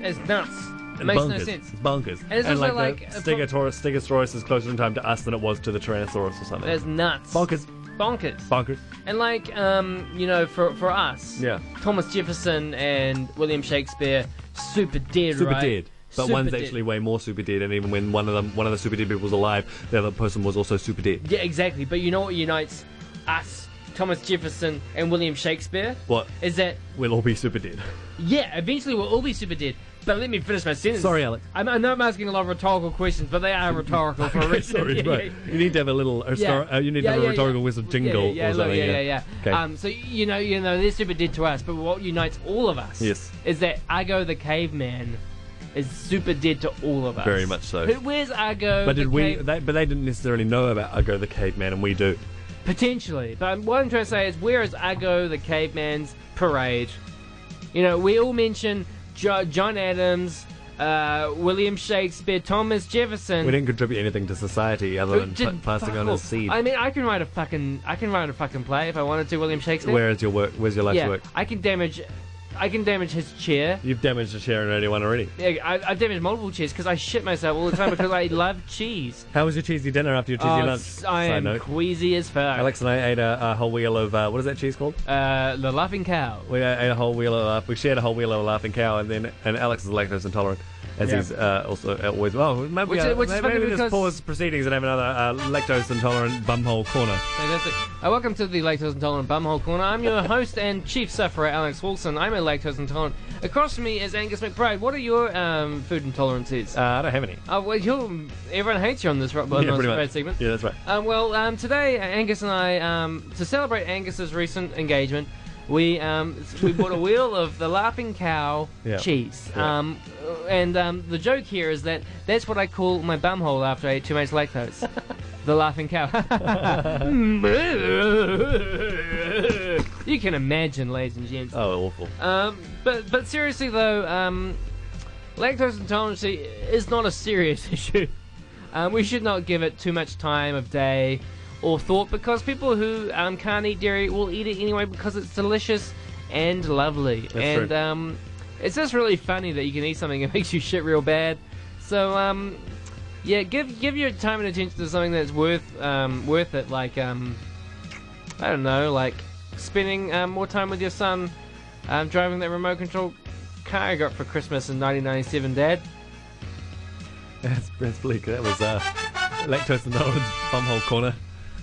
B: It's nuts. It makes no
G: bonkers.
B: sense.
G: It's bonkers.
B: it's also
G: like,
B: like
G: the
B: a pro-
G: Stegosaurus, Stegosaurus is closer in time to us than it was to the Tyrannosaurus or something.
B: That's nuts.
G: bonkers.
B: Bonkers.
G: Bonkers.
B: And like, um, you know, for for us,
G: Yeah.
B: Thomas Jefferson and William Shakespeare, super dead,
G: Super
B: right?
G: dead. But
B: Super
G: one's
B: dead.
G: actually way more super dead, and even when one of them, one of the super dead people was alive, the other person was also super dead.
B: Yeah, exactly. But you know what unites us, Thomas Jefferson and William Shakespeare?
G: What?
B: Is that
G: We'll all be super dead.
B: yeah, eventually we'll all be super dead. But let me finish my sentence.
G: Sorry, Alex.
B: I, I know I'm asking a lot of rhetorical questions, but they are rhetorical for a reason.
G: Sorry,
B: Yeah,
G: but
B: yeah,
G: you need to have a little, histor-
B: Yeah.
G: uh, you need
B: Yeah,
G: to have
B: yeah,
G: a rhetorical
B: yeah.
G: whistle
B: Yeah,
G: jingle
B: yeah, yeah,
G: or something.
B: look, yeah, yeah,
G: Okay.
B: Um, so you know, you know, they're super dead to us, but what unites all of us
G: Yes.
B: is that Argo the caveman is super dead to all of us.
G: Very much so.
B: Who- Where's Argo?
G: but did
B: the
G: we?
B: cave-
G: They, but they didn't necessarily know about Argo the caveman, and we do.
B: Potentially, but what I'm trying to say is, where is Argo the caveman's parade? You know, we all mention jo- John Adams, uh, William Shakespeare, Thomas Jefferson.
G: We didn't contribute anything to society other
B: who
G: than
B: did
G: pa- passing
B: fuck
G: on
B: all.
G: his seed.
B: I mean, I can write a fucking, I can write a fucking play if I wanted to. William Shakespeare.
G: Where is your work? Where's your life's
B: yeah,
G: work?
B: I can damage, I can damage his chair.
G: You've damaged the chair and only one already.
B: Yeah, I, I've damaged multiple chairs because I shit myself all the time because I love cheese.
G: How was your cheesy dinner after your cheesy
B: Oh, I
G: lunch? Side
B: am
G: note.
B: queasy as fuck.
G: Alex and I ate a, a whole wheel of uh, what is that cheese called?
B: uh, the laughing cow.
G: We ate a whole wheel of laugh. We shared a whole wheel of a laughing cow, and then and Alex is lactose intolerant, as
B: Yeah.
G: he's uh, also always. Well, maybe
B: Which
G: uh,
B: is- which is
G: maybe,
B: funny
G: maybe
B: because-
G: just pause proceedings and have another uh, lactose intolerant bumhole corner.
B: Fantastic. Uh, welcome to the Lactose Intolerant Bumhole Corner. I'm your host and chief sufferer, Alex Wilson. I'm a lactose intolerant. Across from me is Angus McBride. What are your um, food intolerances?
G: Uh, I don't have any.
B: oh, well, you're, everyone hates you on this Rock Blood
G: yeah,
B: Monster
G: pretty much.
B: Parade segment.
G: Yeah, that's right.
B: Um, well, um, today uh, Angus and I, um, to celebrate Angus's recent engagement, we um, s- we bought a wheel of the Laughing Cow
G: Yeah.
B: cheese.
G: Yeah.
B: Um, uh, and um, the joke here is that that's what I call my bumhole after I eat too much lactose. the Laughing Cow. you can imagine, ladies and gents.
G: Oh, awful.
B: Um, but but seriously though, um, lactose intolerance is not a serious issue. Um, we should not give it too much time of day or thought because people who um, can't eat dairy will eat it anyway because it's delicious and lovely. and
G: true.
B: Um, it's just really funny that you can eat something that makes you shit real bad. So um, yeah, give give your time and attention to something that's worth um, worth it. Like um, I don't know, like spending um, more time with your son um, driving that remote control car I got for Christmas in 1997, Dad.
G: That's, that's bleak. That was uh, lactose intolerant bumhole corner.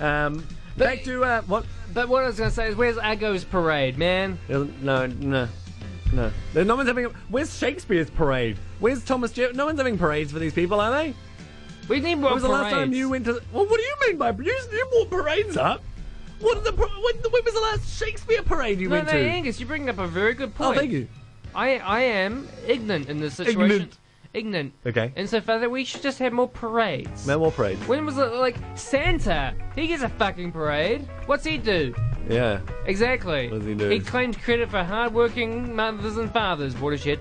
G: Um, back to uh, what?
B: But what I was going to say is, where's Aggo's parade, man?
G: No, no, no. No one's having. A, where's Shakespeare's parade? Where's Thomas? Je- no one's having parades for these people, are they?
B: We need more
G: When was the last time
B: parades.
G: you went to? Well, what do you mean by you? You brought parades up. What are the? par- When, when was the last Shakespeare parade you
B: No,
G: went
B: no,
G: to?
B: Angus, you're bringing up a very good
G: oh,
B: point.
G: thank you.
B: I, I am ignorant in this situation.
G: Ignorant.
B: Ignorant.
G: Okay.
B: And so, Father, we should just have more parades.
G: No more parades.
B: When was it like Santa? He gets a fucking parade. What's he do?
G: Yeah.
B: Exactly.
G: What does he do?
B: claimed credit for hardworking mothers and fathers. Watershed.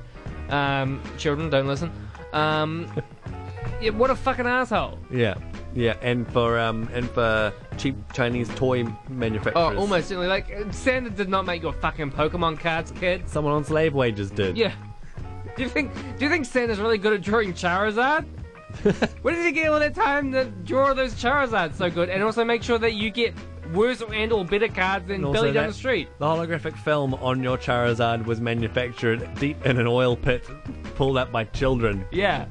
B: Um, children, don't listen. Um, yeah, what a fucking asshole. Oh,
G: Yeah. Yeah, and for um and for cheap Chinese toy
B: Oh,
G: manufacturers.
B: almost certainly. Like, Santa did not make your fucking Pokemon cards, kid.
G: Someone on slave wages did.
B: Yeah. Do you think Do you think Santa's really good at drawing Charizard? Where did he get all that time to draw those Charizards so good, and also make sure that you get worse and or better cards than
G: And also
B: Billy down
G: that-
B: the street?
G: The holographic film on your Charizard was manufactured deep in an oil pit pulled up by children.
B: Yeah.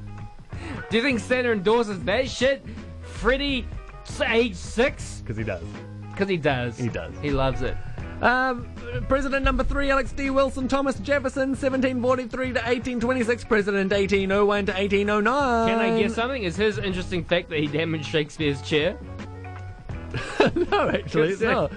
B: Do you think Santa endorses that shit? Freddy, s- age six?
G: Because he does.
B: Because he does.
G: He does.
B: He loves it.
G: Um, President number three, Alex D. Wilson, Thomas Jefferson, 1743 to 1826, President 1801 to 1809.
B: Can I guess something? Is his interesting fact that he damaged Shakespeare's chair?
G: No, actually,
B: Good
G: no.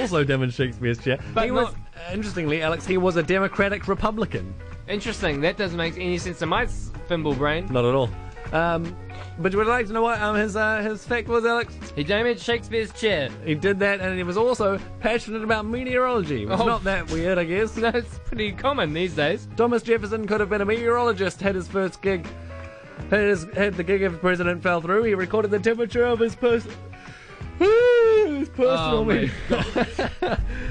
G: Also, Demon Shakespeare's chair.
B: But
G: he was,
B: not-
G: uh, interestingly, Alex, he was a Democratic Republican.
B: Interesting. That doesn't make any sense to my s- thimble brain.
G: Not at all. Um, but would you like to know what um, his uh, his fact was, Alex?
B: He damaged Shakespeare's chair.
G: He did that, and he was also passionate about meteorology. It's
B: Oh.
G: not that weird, I guess.
B: No, it's pretty common these days.
G: Thomas Jefferson could have been a meteorologist had his first gig, had, his, had the gig of president fell through. He recorded the temperature of his person. His personal
B: Oh, my
G: me-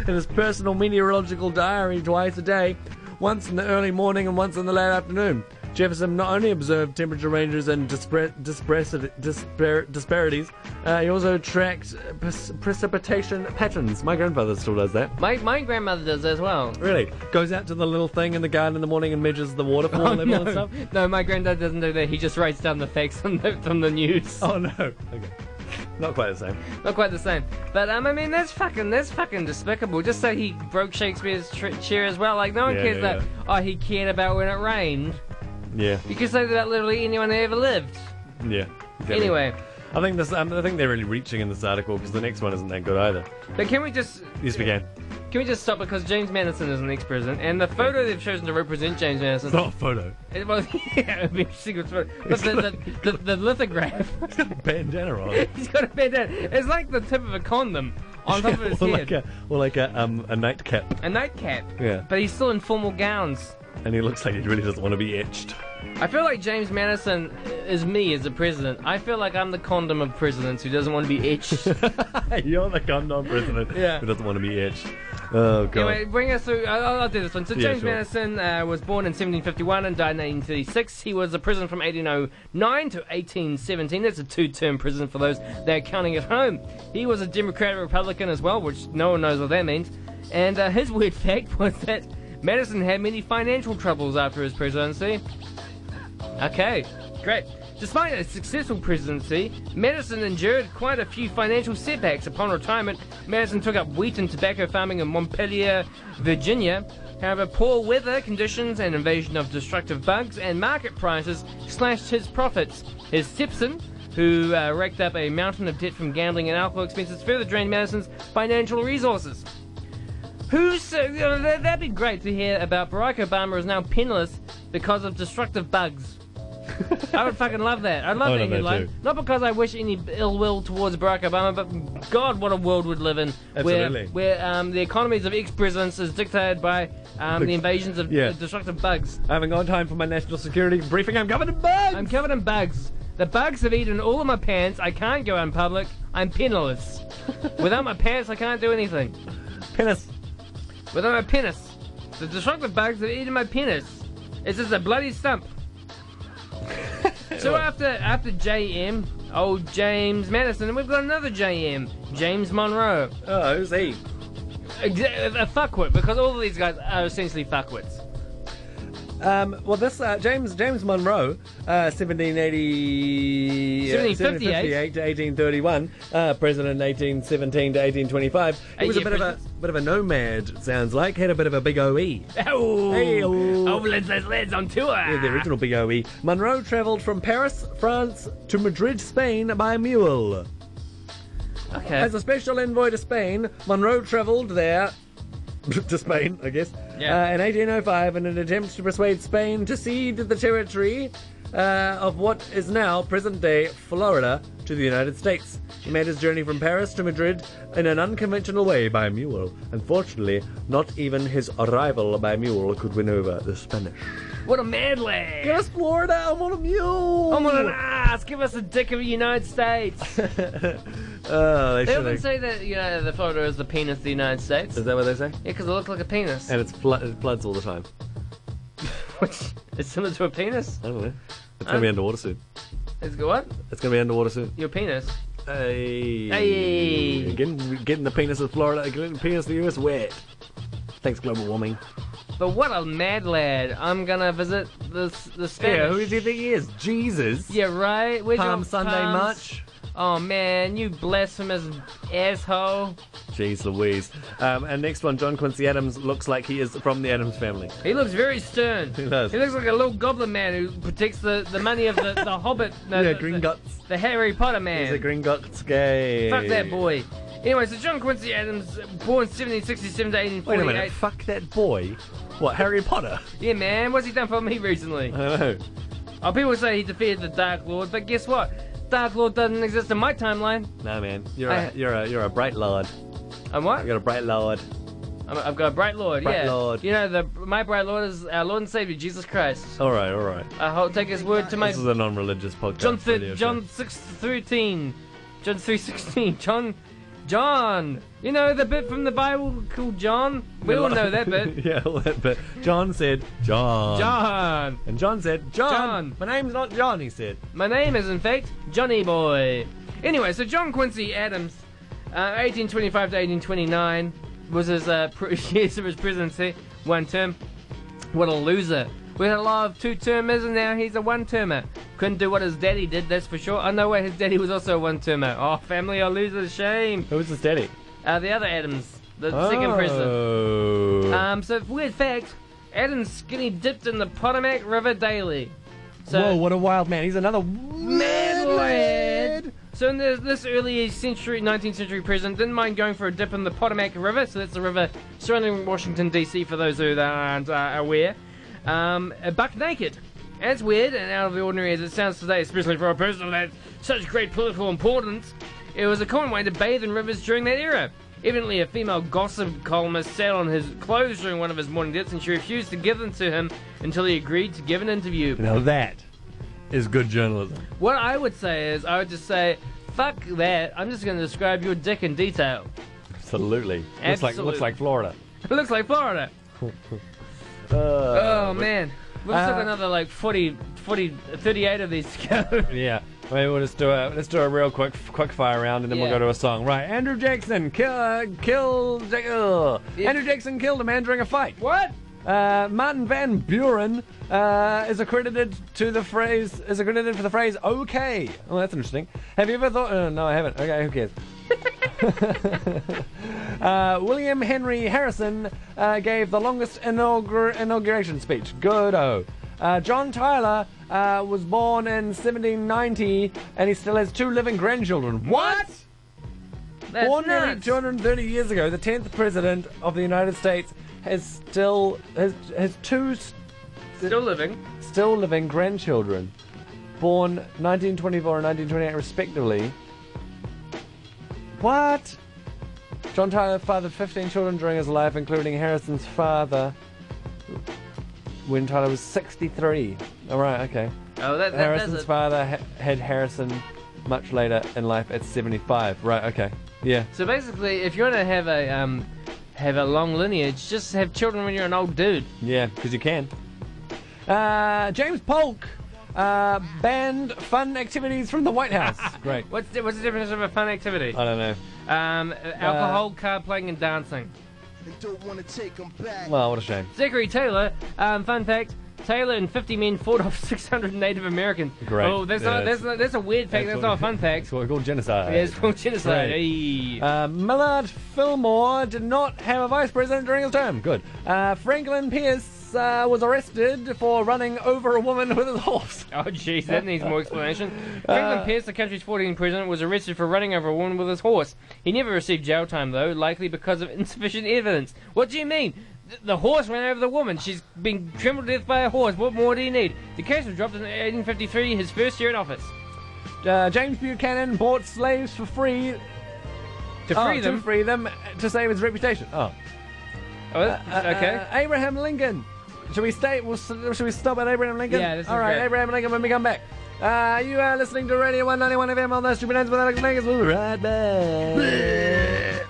G: in his personal meteorological diary twice a day, once in the early morning and once in the late afternoon. Jefferson not only observed temperature ranges and dispar- dispar- dispar- disparities, uh, he also tracked uh, pres- precipitation patterns. My grandfather still does that.
B: My, my grandmother does as well.
G: Really? Goes out to the little thing in the garden in the morning and measures the waterfall level and stuff?
B: No, my granddad doesn't do that. He just writes down the facts from the, from the news.
G: Oh no. Okay. Not quite the same.
B: Not quite the same. But um, I mean, that's fucking that's fucking despicable. Just so he broke Shakespeare's tr- chair as well. Like no one
G: Yeah,
B: cares
G: yeah,
B: that. Oh, he cared about when it rained.
G: Yeah.
B: You could say that about literally anyone that ever lived.
G: Yeah. exactly.
B: Anyway,
G: I think this. Um, I think they're really reaching in this article because the next one isn't that good either.
B: but can we just
G: Yes, we can.
B: can we just stop because James Madison is an ex-president, and the photo they've chosen to represent James Madison.
G: It's not a photo.
B: It was yeah, it'd be a secret photo. But the, the, the, the lithograph.
G: Bandana on. it.
B: He's got a bandana. It's like the tip of a condom on top of his
G: or
B: head.
G: like a or like a um a nightcap,
B: a nightcap.
G: Yeah.
B: But he's still in formal gowns.
G: and he looks like he really doesn't want to be etched.
B: I feel like James Madison is me as a president. I feel like I'm the condom of presidents who doesn't want to be etched.
G: You're the condom president
B: Yeah.
G: who doesn't want to be etched. Oh god.
B: anyway, bring us through. I'll, I'll- I'll do this one. So
G: Yeah,
B: James
G: sure.
B: Madison uh, was born in 1751 and died in 1836. He was a prison from 1809 to 1817. That's a two-term prison for those that are counting at home. He was a Democratic Republican as well, which no one knows what that means. And uh, his weird fact was that Madison had many financial troubles after his presidency. Okay, great. Despite a successful presidency, Madison endured quite a few financial setbacks upon retirement. Madison took up wheat and tobacco farming in Montpelier, Virginia. However, poor weather conditions and invasion of destructive bugs and market prices slashed his profits. His Simpson, who uh, racked up a mountain of debt from gambling and alcohol expenses, further drained Madison's financial resources. Who's uh, that- that'd be great to hear about Barack Obama is now penniless because of destructive bugs. I would fucking love that. I'd love
G: I
B: that
G: love that
B: headline.
G: Oh, too.
B: Not because I wish any ill will towards Barack Obama, but God, what a world we'd live in
G: Absolutely.
B: where where um, the economies of ex-presidents is dictated by um, the invasions of
G: yeah.
B: destructive bugs.
G: I haven't got time for my national security briefing. I'm covered in bugs.
B: I'm covered in bugs. The bugs have eaten all of my pants. I can't go out in public. I'm penniless. Without my pants, I can't do anything.
G: Penis.
B: Without my penis. The destructive bugs have eaten my penis. It's just a bloody stump. so after after JM, old James Madison, we've got another JM, James Monroe.
G: Oh, who's he?
B: Exa- A fuckwit, because all of these guys are essentially fuckwits.
G: Um, well, this uh, James James Monroe, uh, 1780, uh,
B: 1758
G: to 1831, uh, president 1817 to 1825. He
B: Eight
G: was a
B: year
G: bit of a bit of a nomad. it Sounds like had a bit of a big E. OE.
B: Oh,
G: Hey-o.
B: oh, let's let's let's on tour.
G: Yeah, the original big
C: E.
G: OE. Monroe travelled from Paris, France, to Madrid, Spain, by mule.
B: Okay.
G: As a special envoy to Spain, Monroe travelled there. To Spain, I guess.
B: Yeah.
C: oh
G: Uh, in 1805, in an attempt to persuade Spain to cede the territory
C: uh, of what is now present day Florida to the United States. He made his journey from Paris to Madrid in an unconventional way by mule. Unfortunately, not even his arrival by mule could win over the Spanish.
B: What a mad lad!
C: Give us Florida! I'm on a mule!
B: I'm on an ass! Give us a dick of the United States!
C: Oh, they
B: they
C: should
B: often
C: have.
B: say that, you know, the Florida is the penis of the United States.
C: Is
B: Yeah,
C: that what they say?
B: because it looks like a penis.
C: And it's flo- it floods all the time.
B: Which is similar to a penis.
C: I don't know. It's gonna be underwater soon.
B: It's got what?
C: It's gonna be underwater soon.
B: Your penis.
C: Hey.
B: Hey.
C: Getting, getting the penis of Florida, getting the penis of the US wet. Thanks, global warming.
B: But what a mad lad! I'm gonna visit the the Spanish.
C: Yeah, who does he think he is? Jesus.
B: Yeah, right. Where's
C: Palm
B: your
C: Sunday
B: palms?
C: much?
B: Oh man, you blasphemous asshole!
C: Jeez Louise. Um, and next one, John Quincy Adams looks like he is from the Adams family.
B: He looks very stern. He
C: does.
B: He looks like a little goblin man who protects the, the money of the, the Hobbit. No,
C: yeah,
B: the,
C: Gringotts.
B: the, the Harry Potter
C: He's
B: man.
C: a Gringotts gay.
B: Fuck that boy. Anyway, so John Quincy Adams, born 1767 to
C: Wait
B: 1848.
C: a minute. Fuck that boy. What, Harry Potter?
B: Yeah, man, what's he done for me recently?
C: I don't know.
B: Oh, people say he defeated the Dark Lord, but guess what? Dark Lord doesn't exist in my timeline.
C: Nah, man. You're
B: I-
C: a, you're a, you're a bright lord.
B: I'm what?
C: You're a bright lord.
B: I'm, I've got a bright Lord.
C: Bright
B: yeah.
C: Lord.
B: You know, the my bright Lord is our Lord and Savior Jesus Christ.
C: All right, all right.
B: I will take His word to my
C: This is a non-religious podcast.
B: John
C: radio
B: th-
C: show.
B: John six thirteen, John three sixteen, John, John. You know the bit from the Bible called John. We all know that bit.
C: yeah, all that bit. John said John.
B: John.
C: And John said John.
B: John.
C: My name's not John. He said.
B: My name is, in fact, Johnny Boy. Anyway, so John Quincy Adams, uh, 1825 to 1829, was his uh, pr- years of his presidency, one term. What a loser. We had a lot of two termers, and now he's a one termer. Couldn't do what his daddy did, that's for sure. Oh, no way, his daddy was also a one termer. Oh, family of losers, shame.
C: Who was his daddy?
B: Uh, the other Adams, the second president.
C: Oh.
B: Um, so, weird fact Adams skinny dipped in the Potomac River daily. So,
C: Whoa, what a wild man. He's another mad lad.
B: lad. So in this, this early century, 19th century prison, didn't mind going for a dip in the Potomac River. So that's the river surrounding Washington D.C. For those who aren't uh, aware, um, uh, buck naked. As weird and out of the ordinary as it sounds today, especially for a person of that such great political importance, it was a common way to bathe in rivers during that era. Evidently, a female gossip columnist sat on his clothes during one of his morning dips, and she refused to give them to him until he agreed to give an interview.
C: Now that is good journalism.
B: What I would say is, I would just say, fuck that. I'm just going to describe your dick in detail.
C: Absolutely. Looks like looks
B: Absolutely.
C: like Florida.
B: It looks like Florida.
C: Uh,
B: Oh, man. We've still
C: Uh,
B: got another like 40, 40, 38 of these to go.
C: yeah. Maybe we'll just do a let's do a real quick quick fire round and then we'll
B: Yeah.
C: go to a song. Right, Andrew Jackson kill uh, kill Jack- ugh.
B: Yeah.
C: Andrew Jackson killed a man during a fight.
B: what?
C: Uh, Martin Van Buren uh, is accredited to the phrase is accredited for the phrase "okay." Oh, that's interesting. Have you ever thought? Uh, no, I haven't. Okay, who cares? uh, William Henry Harrison uh, gave the longest inaugur- inauguration speech. Good oh. Uh, John Tyler uh, was born in 1790, and he still has two living grandchildren. What?
B: That's
C: Born nearly
B: nuts.
C: 230 years ago, the 10th president of the United States has still has, has two s-
B: Still living.
C: still living grandchildren, born 1924 and 1928 respectively. What? John Tyler fathered 15 children during his life, including Harrison's father. When Tyler was 63. All right, okay.
B: Oh, that, that, that's
C: Harrison's
B: it.
C: father ha- had Harrison much later in life at 75. Right, okay. Yeah.
B: So basically, if you want to have a um, have a long lineage, just have children when you're an old dude.
C: Yeah, because you can. Uh, James Polk uh, banned fun activities from the White House. Great.
B: What's the, what's the difference of a fun activity?
C: I don't know.
B: Um,
C: uh,
B: alcohol, card playing, and dancing.
F: don't wanna take 'em back.
C: Well, what a shame.
B: Zachary Taylor, um, fun fact. Taylor and 50 men fought off 600 Native Americans.
C: Great.
B: Oh, that's,
C: Yeah,
B: not, that's,
C: that's-
B: not, that's a weird fact. That's,
C: what-
B: not a fun fact.
C: It's what we call genocide.
B: Yeah, it's called genocide.
C: Great.
B: Hey.
C: Uh, Millard Fillmore did not have a vice president during his term. Good. Uh, Franklin Pierce uh, was arrested for running over a woman with his horse.
B: oh, jeez, that needs more explanation.
C: Uh,
B: Franklin Pierce, the country's 14th president, was arrested for running over a woman with his horse. He never received jail time, though, likely because of insufficient evidence. What do you mean? th- the horse ran over the woman. She's been trampled to death by a horse. What more do you need? The case was dropped in 1853, his first year in office.
C: Uh, James Buchanan bought slaves for free
B: To
C: oh,
B: free them.
C: to free them uh, to save his reputation. Oh,
B: Oh, okay.
C: Uh, Abraham Lincoln. Should we stay? We'll, should we stop at Abraham Lincoln?
B: Yeah, this is
C: All right,
B: great.
C: Abraham Lincoln. When we come back, uh, you are listening to Radio 191 FM on the Stupid Ends with Alex Vegas. We'll be right back.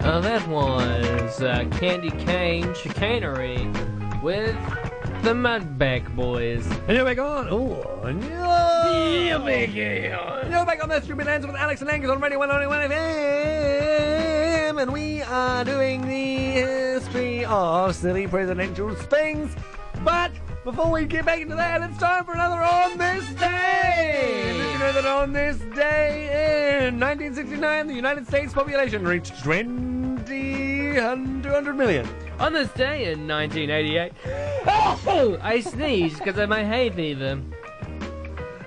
B: Uh, that was uh, Candy Cane Chicanery with the Mudback Boys.
C: And you're back on. Oh, yeah, You're back on the Stupid Ends with Alex and Angus on Radio oh 191 FM, and we are doing the history of silly presidential things. But before we get back into that, it's time for another on this day. And Did you know that on this day in 1969, the United States population reached 20 200 million.
B: On this day in 1988, oh, I sneezed because of my hay fever.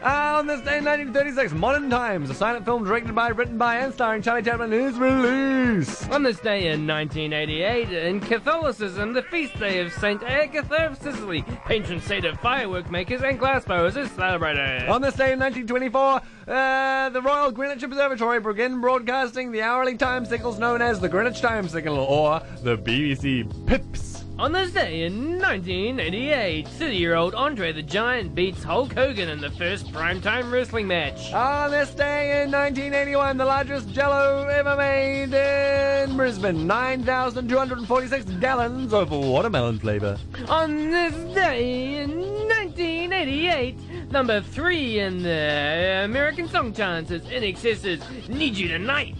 C: Uh, on this day in 1936, Modern Times, a silent film directed by, written by, and starring Charlie Chaplin, is released.
B: On this day in 1988, in Catholicism, the feast day of Saint Agatha of Sicily, patron saint of firework makers and glassblowers, is celebrated.
C: On this day in 1924, uh, the Royal Greenwich Observatory began broadcasting the hourly time signals known as the Greenwich Time Signal or the BBC PIPS.
B: On this day in 1988, 30-year-old Andre the Giant beats Hulk Hogan in the first primetime wrestling match.
C: On this day in 1981, the largest jello ever made in Brisbane, 9,246 gallons of watermelon flavour.
B: On this day in 1988, number three in the American Song Charts is NXS's Need You Tonight.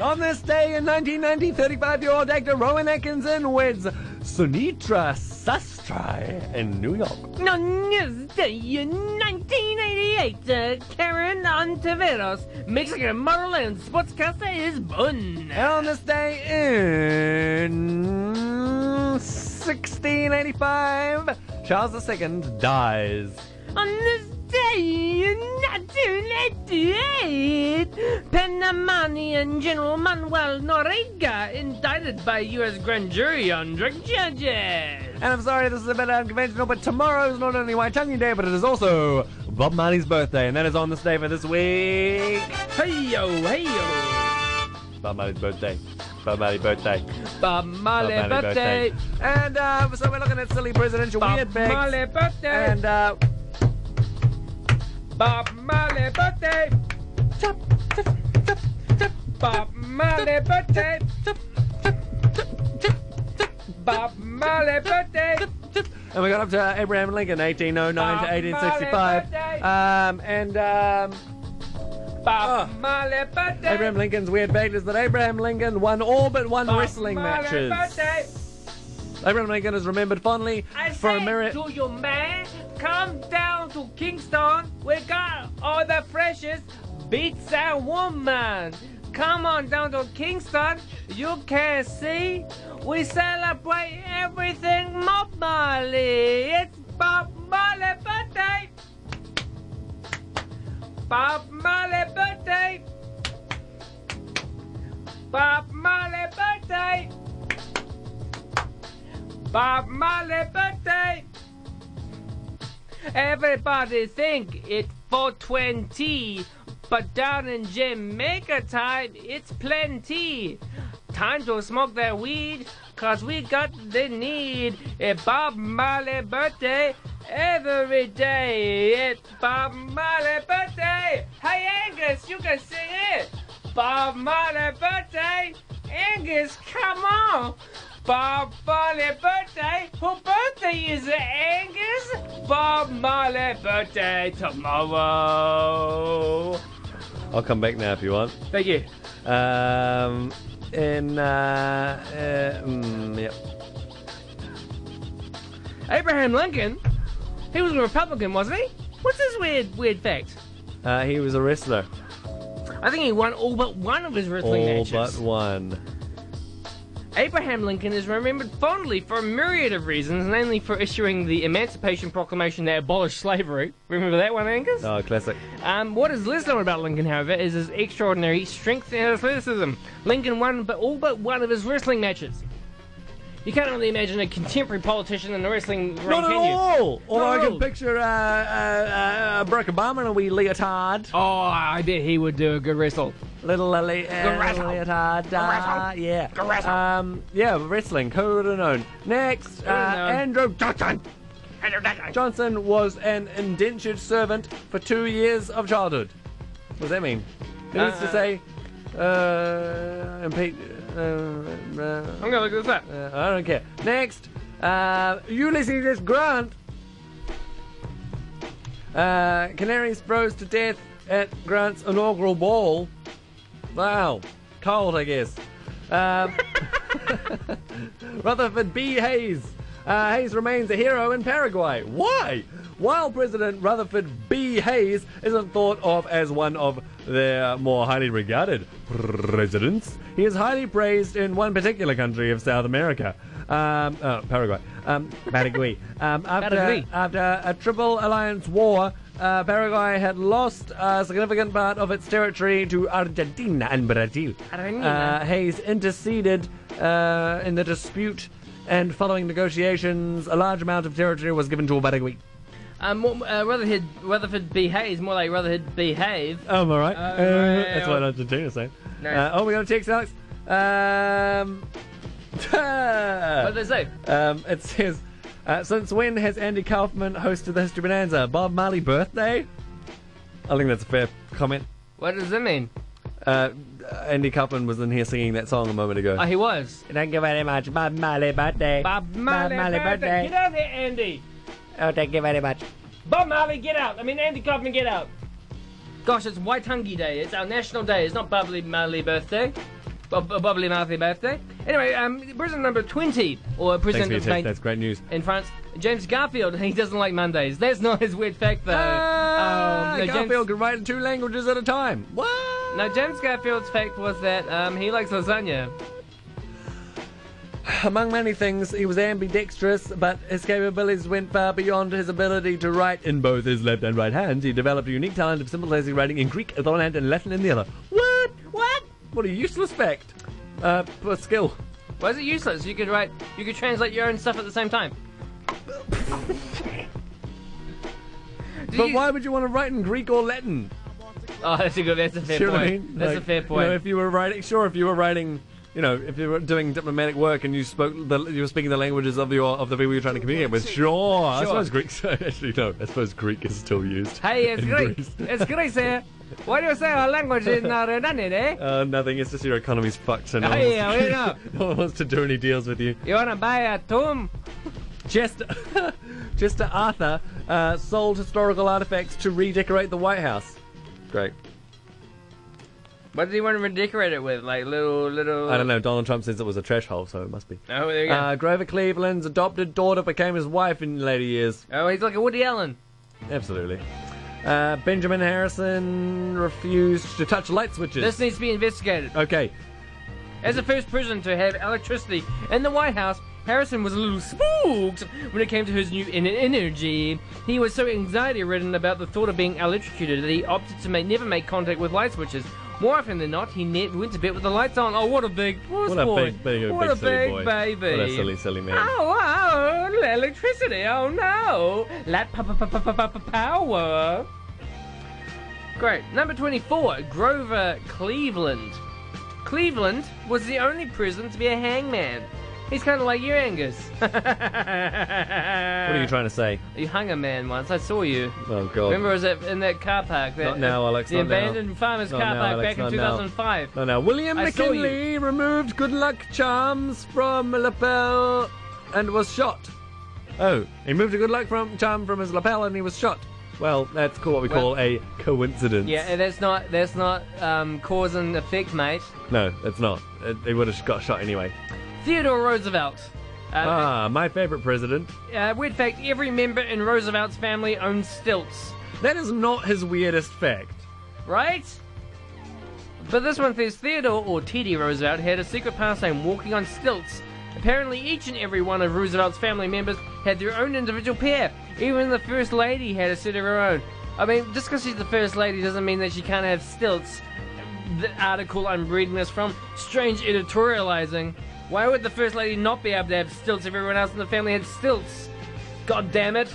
C: On this day in 1990, 35 year old actor Rowan Atkinson weds Sunitra Sastry in New York.
B: On this day in 1988, uh, Karen Ontiveros, Mexican model and sportscaster, is born.
C: And on this day in 1685, Charles II dies.
B: On this day in 1988, Panamanian General Manuel Noriega indicted by U.S. grand jury on drug charges.
C: And I'm sorry this is a bit unconventional, but tomorrow is not only Waitangi Day, but it is also Bob Marley's birthday, and that is on this day for this week.
B: Hey yo, hey yo.
C: Bob Marley's birthday. Bob Marley's birthday.
B: Bob Marley
C: Bob Marley
B: birthday.
C: And uh, so we're looking at silly presidential
B: Bob
C: weird facts.
B: Marley birthday.
C: And uh,
B: Bob Marley birthday. Bob Marley birthday. Bob Marley birthday.
C: and we got up to Uh, Abraham Lincoln, 1809
B: Bob
C: to 1865. Um, and um, Ah.
B: Bob Marley birthday.
C: Abraham Lincoln's weird fact is that Abraham Lincoln won all but one wrestling matches.
B: Birthday.
C: Abraham Lincoln is remembered fondly
B: I
C: for
B: said
C: America.
B: to you, man, come down to Kingston. We got all the freshest beats and woman. Come on down to Kingston. You can see we celebrate everything Bob Marley. It's Bob Marley birthday. Bob Marley birthday. Bob Marley birthday. Bob Marley birthday. Everybody think it's 420, but down in Jamaica time it's plenty. Time to smoke that weed, cause we got the need. It's Bob Marley birthday every day. It's Bob Marley birthday. Hey Angus, you can sing it. Bob Marley birthday. Angus, come on. Bob Marley birthday. Who birthday is it, Angus? Bob Marley birthday tomorrow.
C: I'll come back now if you want.
B: Thank you.
C: Um, in uh, uh, mm, yep.
B: Abraham Lincoln. He was a Republican, wasn't he? What's this weird, weird fact?
C: Uh, he was a wrestler.
B: I think he won all but one of his wrestling
C: All
B: matches.
C: but one.
B: Abraham Lincoln is remembered fondly for a myriad of reasons, namely for issuing the Emancipation Proclamation that abolished slavery. Remember that one, Angus?
G: Oh, classic.
B: Um, what is less known about Lincoln, however, is his extraordinary strength and athleticism. Lincoln won but all but one of his wrestling matches. You can't really imagine a contemporary politician in a wrestling ring,
G: Not
B: can
G: at
B: you?
G: all. Although
B: Not
G: I
B: at
G: can
B: all.
G: picture uh, uh, uh, Barack Obama in a wee leotard,
B: Oh, I bet he would do a good wrestle.
G: little uh, le- uh, leotard. Uh, yeah. Um, yeah, wrestling. Who would have known? Next, uh,
B: known?
G: Andrew Johnson. Johnson was an indentured servant for two years of childhood. What does that mean? It is to
B: Uh,
G: say, uh, impe- uh, uh,
B: I'm gonna look this up.
G: Uh, I don't care. Next, uh, Ulysses S. Grant. Uh, canaries froze to death at Grant's inaugural ball. Wow, cold, I guess. Um, Rutherford B. Hayes. Uh, Hayes remains a hero in Paraguay. Why? While President Rutherford B. Hayes isn't thought of as one of their more highly regarded presidents, he is highly praised in one particular country of South America. Um, oh, Paraguay. Um, Paraguay. Um, after,
B: Paraguay.
G: after a Triple Alliance war, uh, Paraguay had lost a significant part of its territory to Argentina and Brazil.
B: Argentina.
G: Uh, Hayes interceded uh, in the dispute, and following negotiations, a large amount of territory was given to Paraguay.
B: Um, more- uh, Rutherford, Rutherford Behave, more like Rutherford Behave.
G: Oh, all right.
B: Uh, yeah,
G: that's
B: yeah.
G: what Argentina's saying.
B: Nice.
G: Uh, oh, we got a text, Alex. Um,
B: What did they say?
G: um, it says, uh, since when has Andy Kaufman hosted the History Bonanza? Bob Marley birthday? I think that's a fair comment.
B: What does that mean?
G: Uh, Andy Kaufman was in here singing that song a moment ago.
B: Oh, he was.
G: Thank you very much. Bob Marley birthday.
B: Bob Marley, birthday. Get out there, Andy.
G: Oh, thank you very much.
B: Bob Marley, get out. I mean, Andy Kaufman, get out. Gosh, it's Waitangi Day. It's our national day. It's not Bubbly Marley birthday. Bob, uh, Bubbly Marley birthday. Anyway, um, prison number 20, or prison of main-
G: That's great news.
B: in France, James Garfield, he doesn't like Mondays. That's not his weird fact,
G: Uh,
B: though.
G: Ah,
B: Um, no, James-
G: Garfield can write in two languages at a time. What?
B: No, James Garfield's fact was that um, he likes lasagna.
G: Among many things, he was ambidextrous, but his capabilities went far beyond his ability to write in both his left and right hands. He developed a unique talent of symbolizing writing in Greek with one hand and Latin in the other. What? What? What a useless fact. Uh, p- skill.
B: Why is it useless? You could write, you could translate your own stuff at the same time. Do
G: But
B: you-
G: why would you want to write in Greek or Latin?
B: Oh, that's a good. That's a fair
G: See
B: point.
G: what I mean?
B: That's
G: Like,
B: a fair
G: you know,
B: point.
G: if you were writing, sure, if you were writing, you know, if you were doing diplomatic work and you spoke, the, you were speaking the languages of your of the people you're trying to communicate with, sure. I
B: Sure.
G: suppose Greek. Actually, no. I suppose Greek is still used.
B: hey, it's
G: in
B: Greek.
G: Greece.
B: It's Greek, sir. Why do you say our language is not redundant, eh?
G: Uh, nothing. It's just your economy's fucked, so no, one
B: Hey,
G: wants
B: we know.
G: to, no one wants to do any deals with you.
B: You wanna buy a tomb?
G: Chester, Chester Arthur uh, sold historical artifacts to redecorate the White House. Great.
B: What did he want to decorate it with? Like little, little.
G: I don't know. Donald Trump says it was a trash hole, so it must be.
B: Oh, there you go.
G: Uh, Grover Cleveland's adopted daughter became his wife in later years.
B: oh, he's like a Woody Allen.
G: Absolutely. Uh, Benjamin Harrison refused to touch light switches.
B: This needs to be investigated.
G: okay.
B: As the first person to have electricity in the White House, Harrison was a little spooked when it came to his new en- energy. He was so anxiety ridden about the thought of being electrocuted that he opted to make, never make contact with light switches. More often than not, he ne- went to bed with the lights on. Oh, what a big, what a,
G: What a
B: boy.
G: big, big,
B: what
G: big
B: a
G: silly
B: big
G: boy.
B: baby.
G: What a silly, silly man.
B: Oh, oh, electricity. Oh, no. Light pa- pa- pa- pa- pa- pa- power. Great. Number 24, Grover Cleveland. Cleveland was the only prison to be a hangman. He's kind of like you, Angus. what
G: What are
B: are
G: you trying to say?
B: You hung a man once. I saw you.
G: Oh God.
B: Remember, it was at, in that car park. That,
G: Not now, Alex,
B: The
G: not now.
B: abandoned farmer's
G: Not
B: car
G: now,
B: park
G: Alex,
B: back in
G: not now.
B: 2005.
G: No, no. William
B: I saw
G: McKinley removed good luck charms from lapel and was shot. Oh, he moved a good luck from charm from his lapel and he was shot. Well, that's called what we
B: Well-
G: call a coincidence.
B: Yeah, and that's not that's not um, cause and effect, mate.
G: No, it's not. Uh, He would have got shot anyway.
B: Theodore Roosevelt. Uh,
G: Ah, my favorite president.
B: uh, weird fact: every member in Roosevelt's family owns stilts,
G: That is not his weirdest fact.
B: right? But this one says Theodore or Teddy Roosevelt had a secret pastime walking on stilts. Apparently, each and every one of Roosevelt's family members had their own individual pair. Even the First Lady had a set of her own. I mean, just because she's the First Lady doesn't mean that she can't have stilts. The article I'm reading this from, strange editorializing. Why would the First Lady not be able to have stilts if everyone else in the family had stilts? God damn it.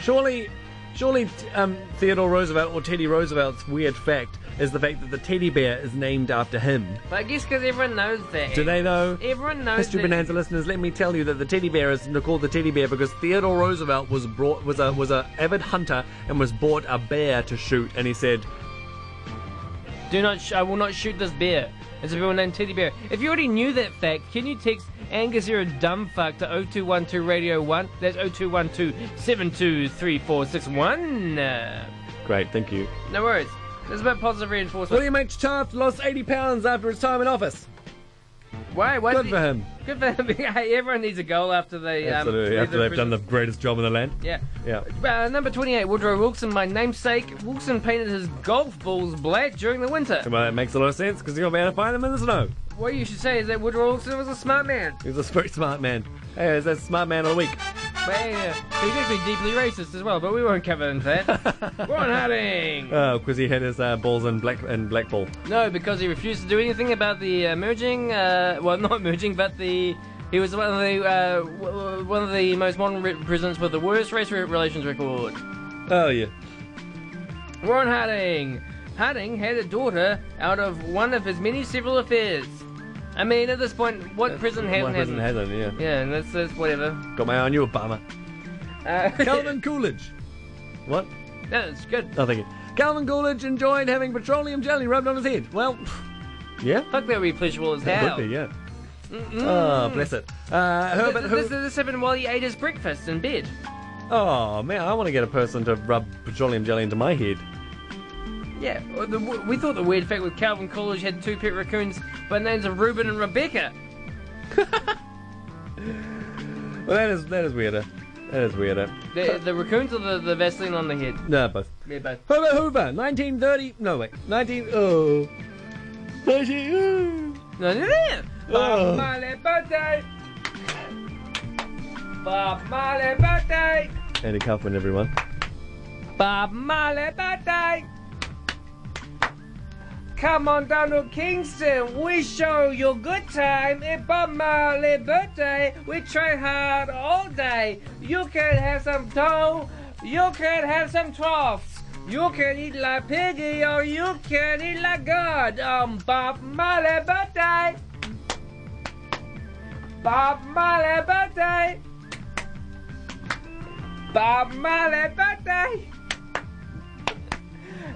G: Surely, surely um, Theodore Roosevelt or Teddy Roosevelt's weird fact is the fact that the teddy bear is named after him.
B: But I guess because everyone knows that.
G: Do they know?
B: Everyone knows
G: History
B: that.
G: Bonanza listeners, let me tell you that the teddy bear is called the teddy bear because Theodore Roosevelt was brought was a was a avid hunter and was bought a bear to shoot, and he said,
B: Do not. Sh- I will not shoot this bear. It's a real named Teddy Bear. If you already knew that fact, can you text Angus you're a dumb fuck to 0212 radio 1? That's 0212 723461. Uh,
G: "Great, thank you."
B: No worries. This is about positive reinforcement.
G: William H. Taft lost 80 pounds after his time in office.
B: Why? Why
G: Good
B: did
G: for
B: he-
G: him.
B: Good for him. Hey, everyone needs a goal after they. um,
G: Absolutely,
B: leave
G: after
B: their
G: they've done the
B: prison.
G: greatest job in the land.
B: Yeah.
G: Yeah.
B: Uh, number 28, Woodrow Wilson, my namesake. Wilson painted his golf balls black during the winter.
G: Well, that makes a lot of sense because you're going to be able to find them in the snow.
B: What you should say is that Woodrow Wilson was a smart man.
G: He's a very smart man. Hey, is that smart man of the week?
B: But yeah, he's actually deeply racist as well, but we won't cover into that. Ron Harding!
G: Oh, because he had his uh, balls in black in black ball.
B: No, because he refused to do anything about the emerging, uh, well, not emerging, but the. He was one of the uh, w- w- one of the most modern re- presidents with the worst race re- relations record.
G: Oh yeah.
B: Warren Harding. Harding had a daughter out of one of his many several affairs. I mean, at this point, what prison
G: My
B: hasn't?
G: prison
B: had?
G: hasn't. Yeah.
B: Yeah, and that's, that's whatever.
G: Got my eye on you, Obama.
B: Uh,
G: Calvin Coolidge. What?
B: that's good.
G: Oh, thank you. Calvin Coolidge enjoyed having petroleum jelly rubbed on his head. Well, yeah.
B: Fuck, that would be pleasurable as
G: It
B: hell.
G: would be, yeah. Oh, bless it. Uh, Herbert
B: This, this,
G: Hoover.
B: this happened while he ate his breakfast in bed.
G: Oh man, I want to get a person to rub petroleum jelly into my head.
B: Yeah, well, the, we thought the weird fact with Calvin Coolidge had two pet raccoons by the names of Reuben and Rebecca.
G: Well, that is that is weirder. That is weirder.
B: The, the raccoons or the, the Vaseline on the head?
G: No, both.
B: Yeah, both.
G: Herbert Hoover, 1930. No, wait. 19. Oh. 19. oh.
B: No, no, no.
G: Oh.
B: Bob Marley birthday. Bob Marley birthday.
G: Andy Kaufman, everyone.
B: Bob Marley birthday. Come on down to Kingston, we show you good time. It's Bob Marley birthday. We try hard all day. You can have some dough. You can have some troughs. You can eat like piggy or you can eat like God on Bob Marley birthday. Bob Marley birthday. Bob Marley birthday.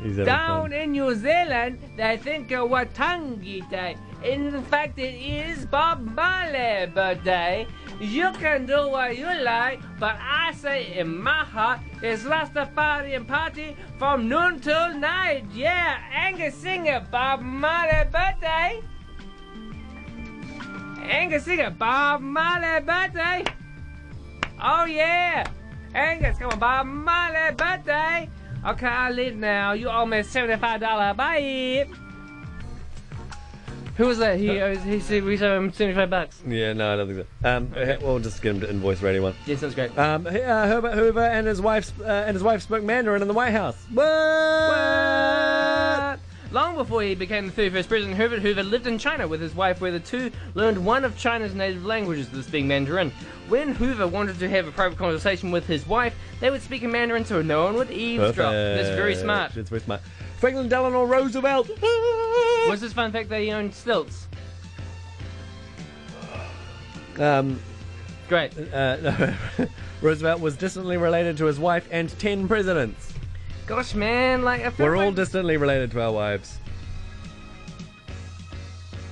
G: He's having
B: Down
G: fun.
B: in New Zealand, they think of Watangi Day. In fact, it is Bob Marley birthday. You can do what you like, but I say in my heart, it's Rastafari and party from noon till night. Yeah, Angus Singer, Bob Marley birthday. Angus Singer, Bob Marley birthday. Oh yeah! Angus, come on, Bob Marley birthday! Okay, I leave now. You owe me seventy-five dollar. Bye. Who was that? He owes, he said we owe him seventy-five bucks.
G: Yeah, no, I don't think so. Um, uh, we'll just get him to invoice Radio One.
B: Yeah, sounds great.
G: Um, he- uh, Herbert Hoover and his wife uh, and his wife spoke Mandarin in the White House. What?
B: But long before he became the 31st president, Herbert Hoover lived in China with his wife, where the two learned one of China's native languages, this being Mandarin. When Hoover wanted to have a private conversation with his wife, they would speak in Mandarin so no one would eavesdrop. That's very smart.
G: That's very smart. Franklin Delano Roosevelt.
B: What's this fun fact that he owned stilts?
G: Um,
B: Great.
G: uh, no. Roosevelt was distantly related to his wife and ten presidents.
B: Gosh, man, like I feel
G: We're all
B: like-
G: distantly related to our wives.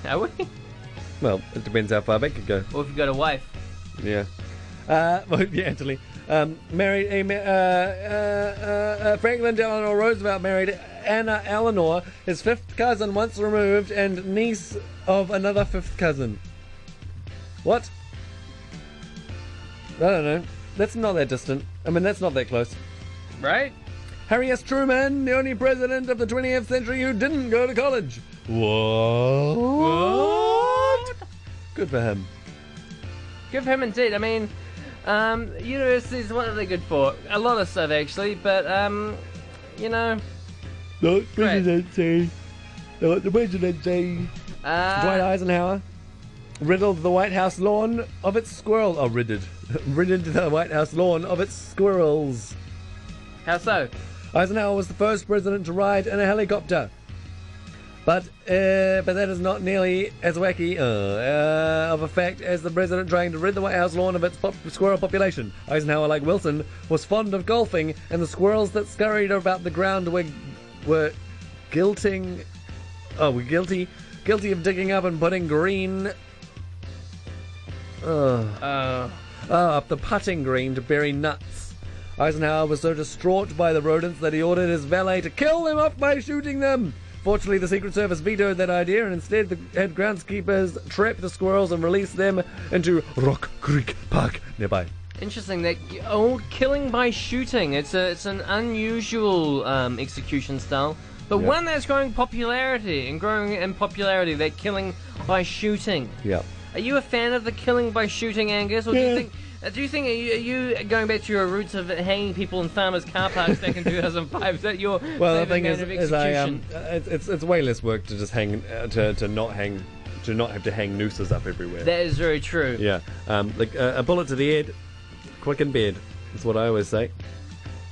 B: Are we?
G: Well, it depends how far back you go.
B: Or if you got a wife.
G: Yeah. Uh, well, yeah, actually. Um, married uh, ma- uh, uh, uh, Franklin Delano Roosevelt married Anna Eleanor, his fifth cousin once removed, and niece of another fifth cousin. What? I don't know. That's not that distant. I mean, that's not that close.
B: Right?
G: Harry S. Truman, the only president of the 20th century who didn't go to college. What? Good for him.
B: Give him indeed. I mean, um, universities, what are they good for? A lot of stuff, actually, but, um, you know.
G: The
B: presidency.
G: The presidency. Dwight
B: Uh,
G: Eisenhower riddled the White House lawn of its squirrel. Oh, ridded. ridded the White House lawn of its squirrels.
B: how so?
G: Eisenhower was the first president to ride in a helicopter. But uh, but that is not nearly as wacky uh, uh, of a fact as the president trying to rid the White House lawn of its pop- squirrel population. Eisenhower, like Wilson, was fond of golfing, and the squirrels that scurried about the ground were were guilting. Oh, were guilty, guilty of digging up and putting green
B: Oh,
G: uh, up the putting green to bury nuts. Eisenhower was so distraught by the rodents that he ordered his valet to kill them off by shooting them. Fortunately, the Secret Service vetoed that idea, and instead the head groundskeepers trapped the squirrels and released them into Rock Creek Park nearby.
B: interesting. That oh, killing by shooting. It's a it's an unusual um, execution style, but one that's growing popularity and growing in popularity. That killing by shooting.
G: Yeah.
B: Are you a fan of the killing by shooting, Angus? Or do you think? uh, Do you think are you, are you going back to your roots of hanging people in farmers' car parks back in 2005? Is that your
G: Well, the
B: favourite
G: thing is,
B: manner of
G: is I um,
B: execution?
G: uh, it's, it's it's way less work to just hang uh, to to not hang to not have to hang nooses up everywhere.
B: that is very true.
G: yeah. Um, like uh, a bullet to the head, quick in bed. That's what I always say.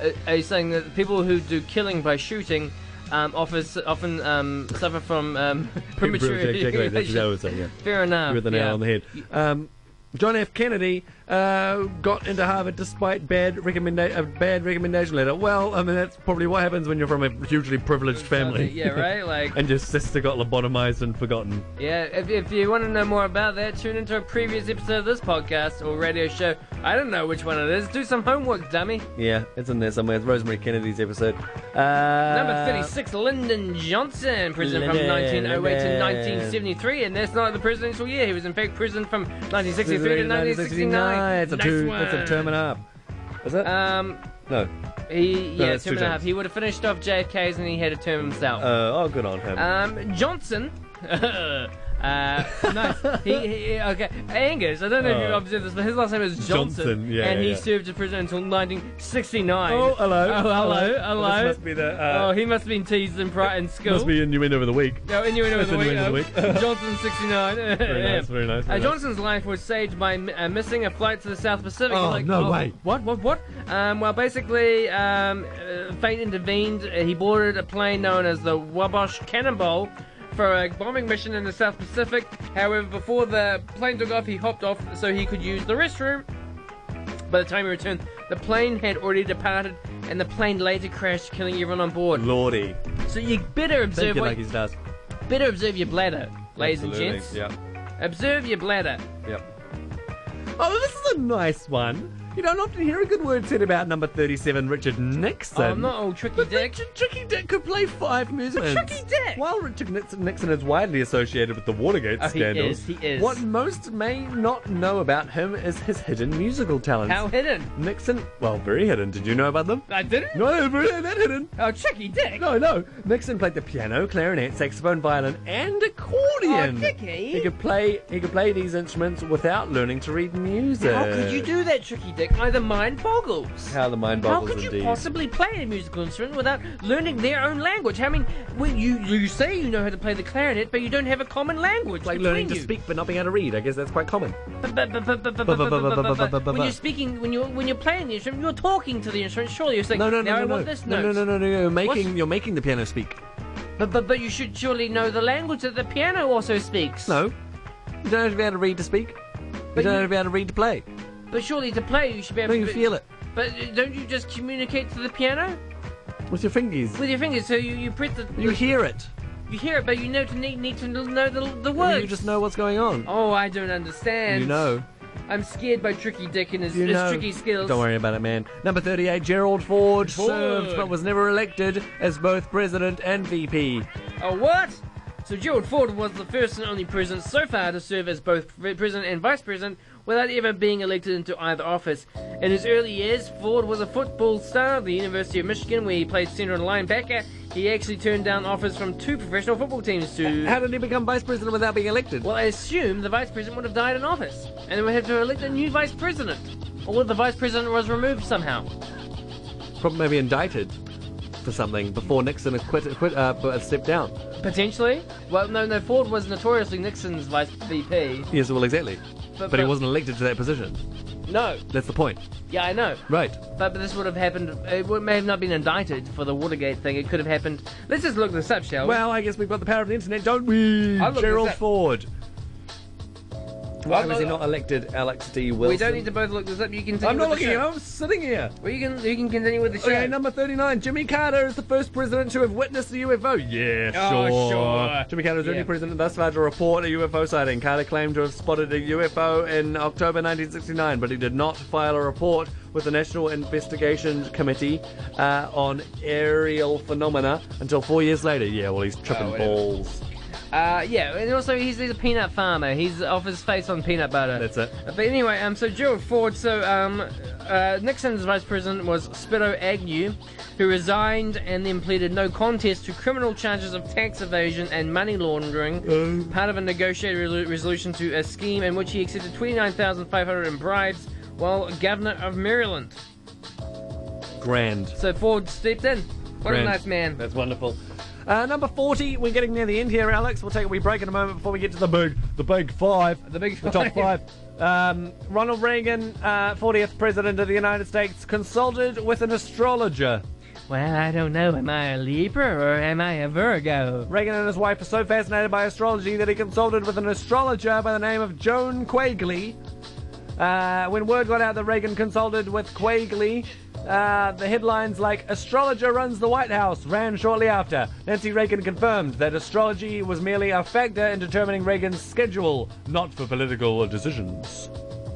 B: Uh, Are you saying that the people who do killing by shooting um, offers, often um, suffer from um, premature
G: Exactly, that's what I
B: ejaculation?
G: always say. Yeah.
B: Fair enough.
G: with the nail
B: yeah.
G: on the head. Um, John F. Kennedy uh, got into Harvard despite bad recommenda- a bad recommendation letter. Well, I mean that's probably what happens when you're from a hugely privileged family.
B: Yeah, right? Like,
G: and your sister got lobotomized and forgotten.
B: yeah, if, if you want to know more about that, tune into a previous episode of this podcast or radio show. I don't know which one it is. Do some homework, dummy.
G: Yeah, it's in there somewhere. It's Rosemary Kennedy's episode. Uh,
B: Number 36, Lyndon Johnson, president from
G: Lyndon.
B: 1908 to 1973. And that's not the presidential year. He was, in fact, president from 1963 to 1969.
G: It's a
B: Nice
G: two. That's a
B: one.
G: term and a half. Is it?
B: Um,
G: no.
B: He yeah,
G: that's
B: two and
G: two
B: a half.
G: terms.
B: He would have finished off JFK's and he had a term himself.
G: Uh, oh, good on him.
B: um, Johnson. uh, nice. He, he, okay, Angus. I don't know if you
G: Oh.
B: observed this, but his last name is Johnson,
G: Johnson, yeah,
B: and he
G: yeah.
B: served as president until 1969.
G: oh, hello.
B: Oh, hello, hello.
G: This must be the.
B: Oh,
G: Uh,
B: he must have been teased in, pri- in school.
G: must be innuendo of the week.
B: No, innuendo of the
G: That's
B: week.
G: innuendo of the
B: uh, Johnson 69.
G: Very
B: Yeah.
G: nice. Very nice.
B: Uh,
G: Very nice.
B: Johnson's life was saved by m- uh, missing a flight to the South Pacific.
G: Oh, no way.
B: What? What? What? Um, well, basically, um, uh, fate intervened. Uh, He boarded a plane known as the Wabash Cannonball for a bombing mission in the South Pacific. However, before the plane took off, he hopped off so he could use the restroom. By the time he returned, the plane had already departed, and the plane later crashed, killing everyone on board.
G: Lordy.
B: So you better observe,
G: Thank you,
B: what-
G: Lucky Stars.
B: better observe your bladder, ladies and gents.
G: Yep.
B: Observe your bladder.
G: Yep. Oh, this is a nice one. You don't often hear a good word said about number 37, Richard Nixon.
B: Oh, I'm not all tricky
G: But
B: dick.
G: Richard Tricky Dick could play five movements.
B: Tricky Dick!
G: While Richard Nixon Nixon is widely associated with the Watergate
B: Oh, he
G: scandals,
B: is, he is.
G: what most may not know about him is his hidden musical talents.
B: How hidden?
G: Nixon, well, very hidden. Did you know about them?
B: I didn't.
G: No, very that hidden.
B: Oh, tricky dick.
G: No, no. Nixon played the piano, clarinet, saxophone, violin, and accordion.
B: Oh, Dickie.
G: He could play. He could play these instruments without learning to read music.
B: How could you do that, tricky dick? Why the mind boggles.
G: How the mind
B: How
G: boggles
B: could you
G: indeed.
B: possibly play a musical instrument without learning their own language? I mean, well, you you say you know how to play the clarinet, but you don't have a common language
G: like
B: between
G: learning to
B: you.
G: speak but not being able to read. I guess that's quite common.
B: When you're speaking, when you're when you're playing the instrument, you're talking to the instrument. Surely you're saying,
G: No, no,
B: now I
G: no, no, no.
B: want this
G: no,
B: note.
G: no, no, no, no. You're making.
B: What's-
G: You're making the piano speak.
B: But, but but you should surely know the language that the piano also speaks.
G: No. You don't have to be able to read to speak.
B: But
G: you don't
B: you-
G: have to be able to read to play.
B: But surely to play, you should be
G: No,
B: able
G: you
B: to
G: feel it
B: But uh, don't you just communicate to the piano
G: with your fingers.
B: with your fingers? So you, you press the
G: You hear it.
B: you hear it, but you know to need, need to know the the words.
G: You just know what's going on.
B: Oh, I don't understand.
G: You know.
B: I'm scared by Tricky Dick and his,
G: You
B: his
G: know.
B: tricky skills.
G: Don't worry about it, man. Number 38, Gerald Ford,
B: Ford.
G: served but was never elected as both president and VP.
B: Oh what? So Gerald Ford was the first and only president so far to serve as both pre- president and vice president without ever being elected into either office. In his early years, Ford was a football star at the University of Michigan where he played center and linebacker. He actually turned down offers from two professional football teams to
C: How did he become vice president without being elected?
B: well, I assume the vice president would have died in office, and they would have to elect a new vice president. Or the vice president was removed somehow.
C: Probably maybe indicted for something before Nixon quit, quit uh, b- stepped down.
B: Potentially. Well, no, no, Ford was notoriously Nixon's vice VP.
C: Yes, well, exactly.
B: But-
C: But, he
B: but-
C: wasn't elected to that position.
B: No.
C: That's the point.
B: Yeah, I know.
C: Right.
B: But, but this would have happened. It would- may have not been indicted for the Watergate thing. It could have happened. Let's just look this up, shall we?
C: Well, I guess we've got the power of the internet, don't we?
B: I'll look
C: Gerald
B: this up.
C: Ford. Why
B: I'm
C: was he
B: not-
C: not elected Alex D. Wilson?
B: we don't need to both look this up. You can. Continue
C: I'm not
B: with the
C: looking.
B: show.
C: I'm sitting here.
B: Well, you can. You can continue with the show.
C: Okay, number 39. Jimmy Carter is the first president to have witnessed a UFO. Yeah,
B: Oh,
C: sure.
B: sure.
C: Jimmy Carter is the
B: Yeah.
C: only president thus far to report a UFO sighting. Carter claimed to have spotted a UFO in October 1969, but he did not file a report with the National Investigation Committee uh, on Aerial Phenomena until four years later. Yeah, well, he's
B: Oh,
C: tripping balls.
B: Uh, yeah, and also he's, he's a peanut farmer. He's off his face on peanut butter.
C: That's it.
B: But anyway, um, so Gerald Ford, so um, uh, Nixon's vice president was Spiro Agnew, who resigned and then pleaded no contest to criminal charges of tax evasion and money laundering, part of a negotiated resolu- resolution to a scheme in which he accepted twenty-nine thousand five hundred in bribes while governor of Maryland.
C: Grand.
B: So Ford stepped in. What
C: Grand.
B: a nice man.
C: That's wonderful. Uh, number 40, we're getting near the end here, Alex. We'll take a wee break in a moment before we get to the big, the big five.
B: The big
C: the top five. Um, Ronald Reagan, uh, 40th President of the United States, consulted with an astrologer.
B: Well, I don't know. Am I a Libra or am I a Virgo?
C: Reagan and his wife were so fascinated by astrology that he consulted with an astrologer by the name of Joan Quagley. Uh, when word got out that Reagan consulted with Quagley, uh, the headlines like "Astrologer runs the White House" ran shortly after. Nancy Reagan confirmed that astrology was merely a factor in determining Reagan's schedule, not for political decisions.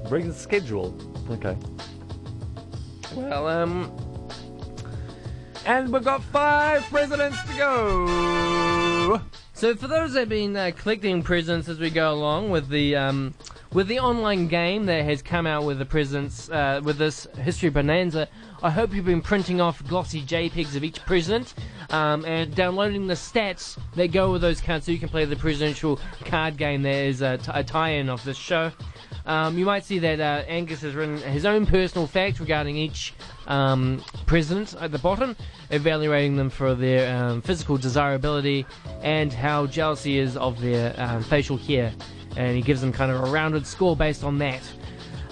C: Reagan's schedule. Okay.
B: Well, um,
C: And we've got five presidents to go.
B: So for those that have been uh, collecting presents as we go along with the um, with the online game that has come out with the presents uh, with this history bonanza, I hope you've been printing off glossy JPEGs of each president um, and downloading the stats that go with those cards, so you can play the presidential card game. There is a, t- a tie-in of this show. Um, you might see that uh, Angus has written his own personal fact regarding each um, president at the bottom, evaluating them for their um, physical desirability and how jealousy is of their um, facial hair. And he gives them kind of a rounded score based on that.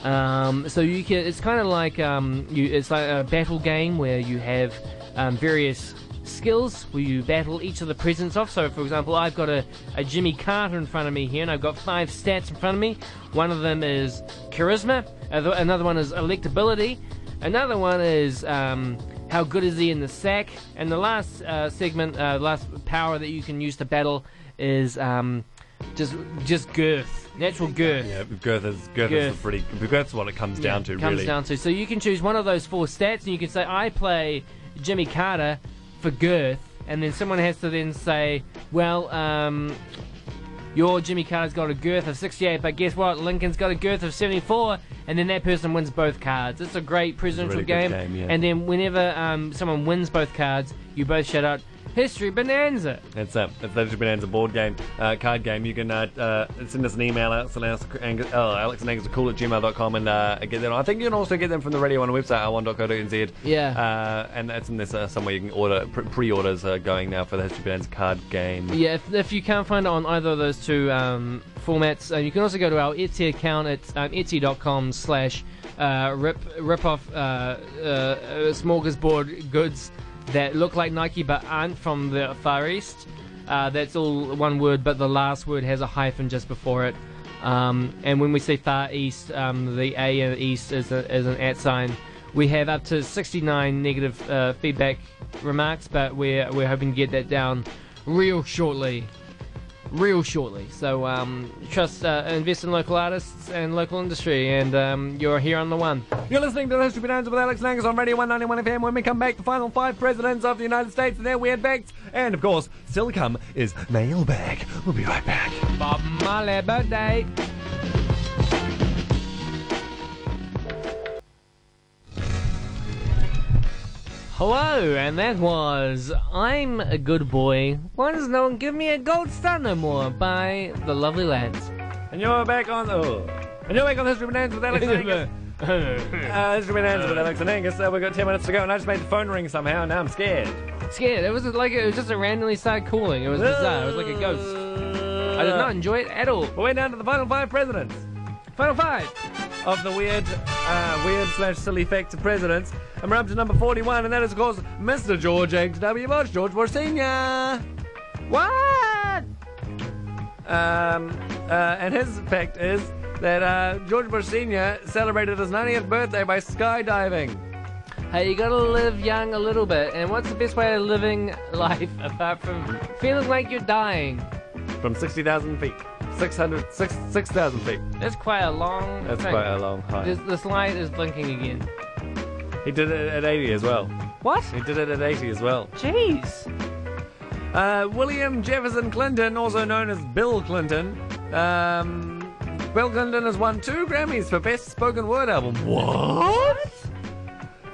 B: Um, so you can, it's kind of like um, you, it's like a battle game where you have um, various skills where you battle each of the presidents off. So, for example, I've got a, a Jimmy Carter in front of me here, and I've got five stats in front of me. One of them is charisma, oth- another one is electability, another one is um, how good is he in the sack, and the last uh, segment, uh, last power that you can use to battle is um, just just girth, natural girth.
G: Yeah, girth is girth, is
B: Girth.
G: a pretty. Girth's what it comes down to,
B: comes
G: really.
B: down to. So you can choose one of those four stats, and you can say, "I play Jimmy Carter for girth," and then someone has to then say, "Well, um, your Jimmy Carter's got a girth of 68, but guess what? Lincoln's got a girth of 74," and then that person wins both cards. It's a great presidential
G: really
B: game.
G: good game, yeah.
B: And then whenever um, someone wins both cards, you both shout out, "History Bonanza."
G: That's it. It's the Bonanza board game, uh, card game. You can uh, uh, send us an email, Alex and Angus, Angus, oh, Alex and Angus cool at gmail.com and uh, get them. I think you can also get them from the radio on the website, r1.co.nz.
B: Yeah.
G: Uh, and that's in this uh, somewhere you can order. Pre- pre-orders are going now for the History Bonanza card game.
B: Yeah, if, if you can't find it on either of those two um, formats, uh, you can also go to our Etsy account at um, etsy.com slash uh, rip, rip off uh, uh, uh, smorgasbord goods that look like Nike but aren't from the Far East. Uh, that's all one word, but the last word has a hyphen just before it. Um, and when we say Far East, um, the A in East is, a, is an at sign. We have up to 69 negative uh, feedback remarks, but we're, we're hoping to get that down real shortly. real shortly. So um, trust, uh, invest in local artists and local industry, and um, you're here on the one.
C: You're listening to the History Bonanza with Alex Langus on Radio 191 FM. When we come back, the final five presidents of the United States and their weird facts. And of course, still to come is Mailbag. We'll be right back.
B: Bob Marley birthday. Hello, and that was I'm a Good Boy. Why does no one give me a gold star no more? By the lovely lads.
C: And you're back on. Oh. And you're back on History Bonanza with Alex and Angus. Uh, History Bonanza with Alex and Angus. Uh, we've got 10 minutes to go, and I just made the phone ring somehow, and now I'm scared.
B: Scared. It was like it was just a randomly started calling. It was bizarre. It was like a ghost. I did not enjoy it at all.
C: We're down to the final five presidents.
B: Final five.
C: of the weird, uh, weird slash silly fact of presidents. And we're up to number 41, and that is, of course, Mr. George H.W. Bush, George Bush Sr. What? Um, uh, and his fact is that uh, George Bush Sr. celebrated his 90th birthday by skydiving.
B: Hey, you gotta live young a little bit. And what's the best way of living life apart from feeling like you're dying?
C: From 60,000 feet. 600, six- 6,000 feet.
B: That's quite a long.
C: That's
B: thing.
C: quite a long
B: This,
C: height.
B: this light is blinking again.
C: He did it at 80 as well.
B: What?
C: He did it at 80 as well.
B: Jeez.
C: Uh, William Jefferson Clinton, also known as Bill Clinton. Um, Bill Clinton has won two Grammys for Best Spoken Word Album. What?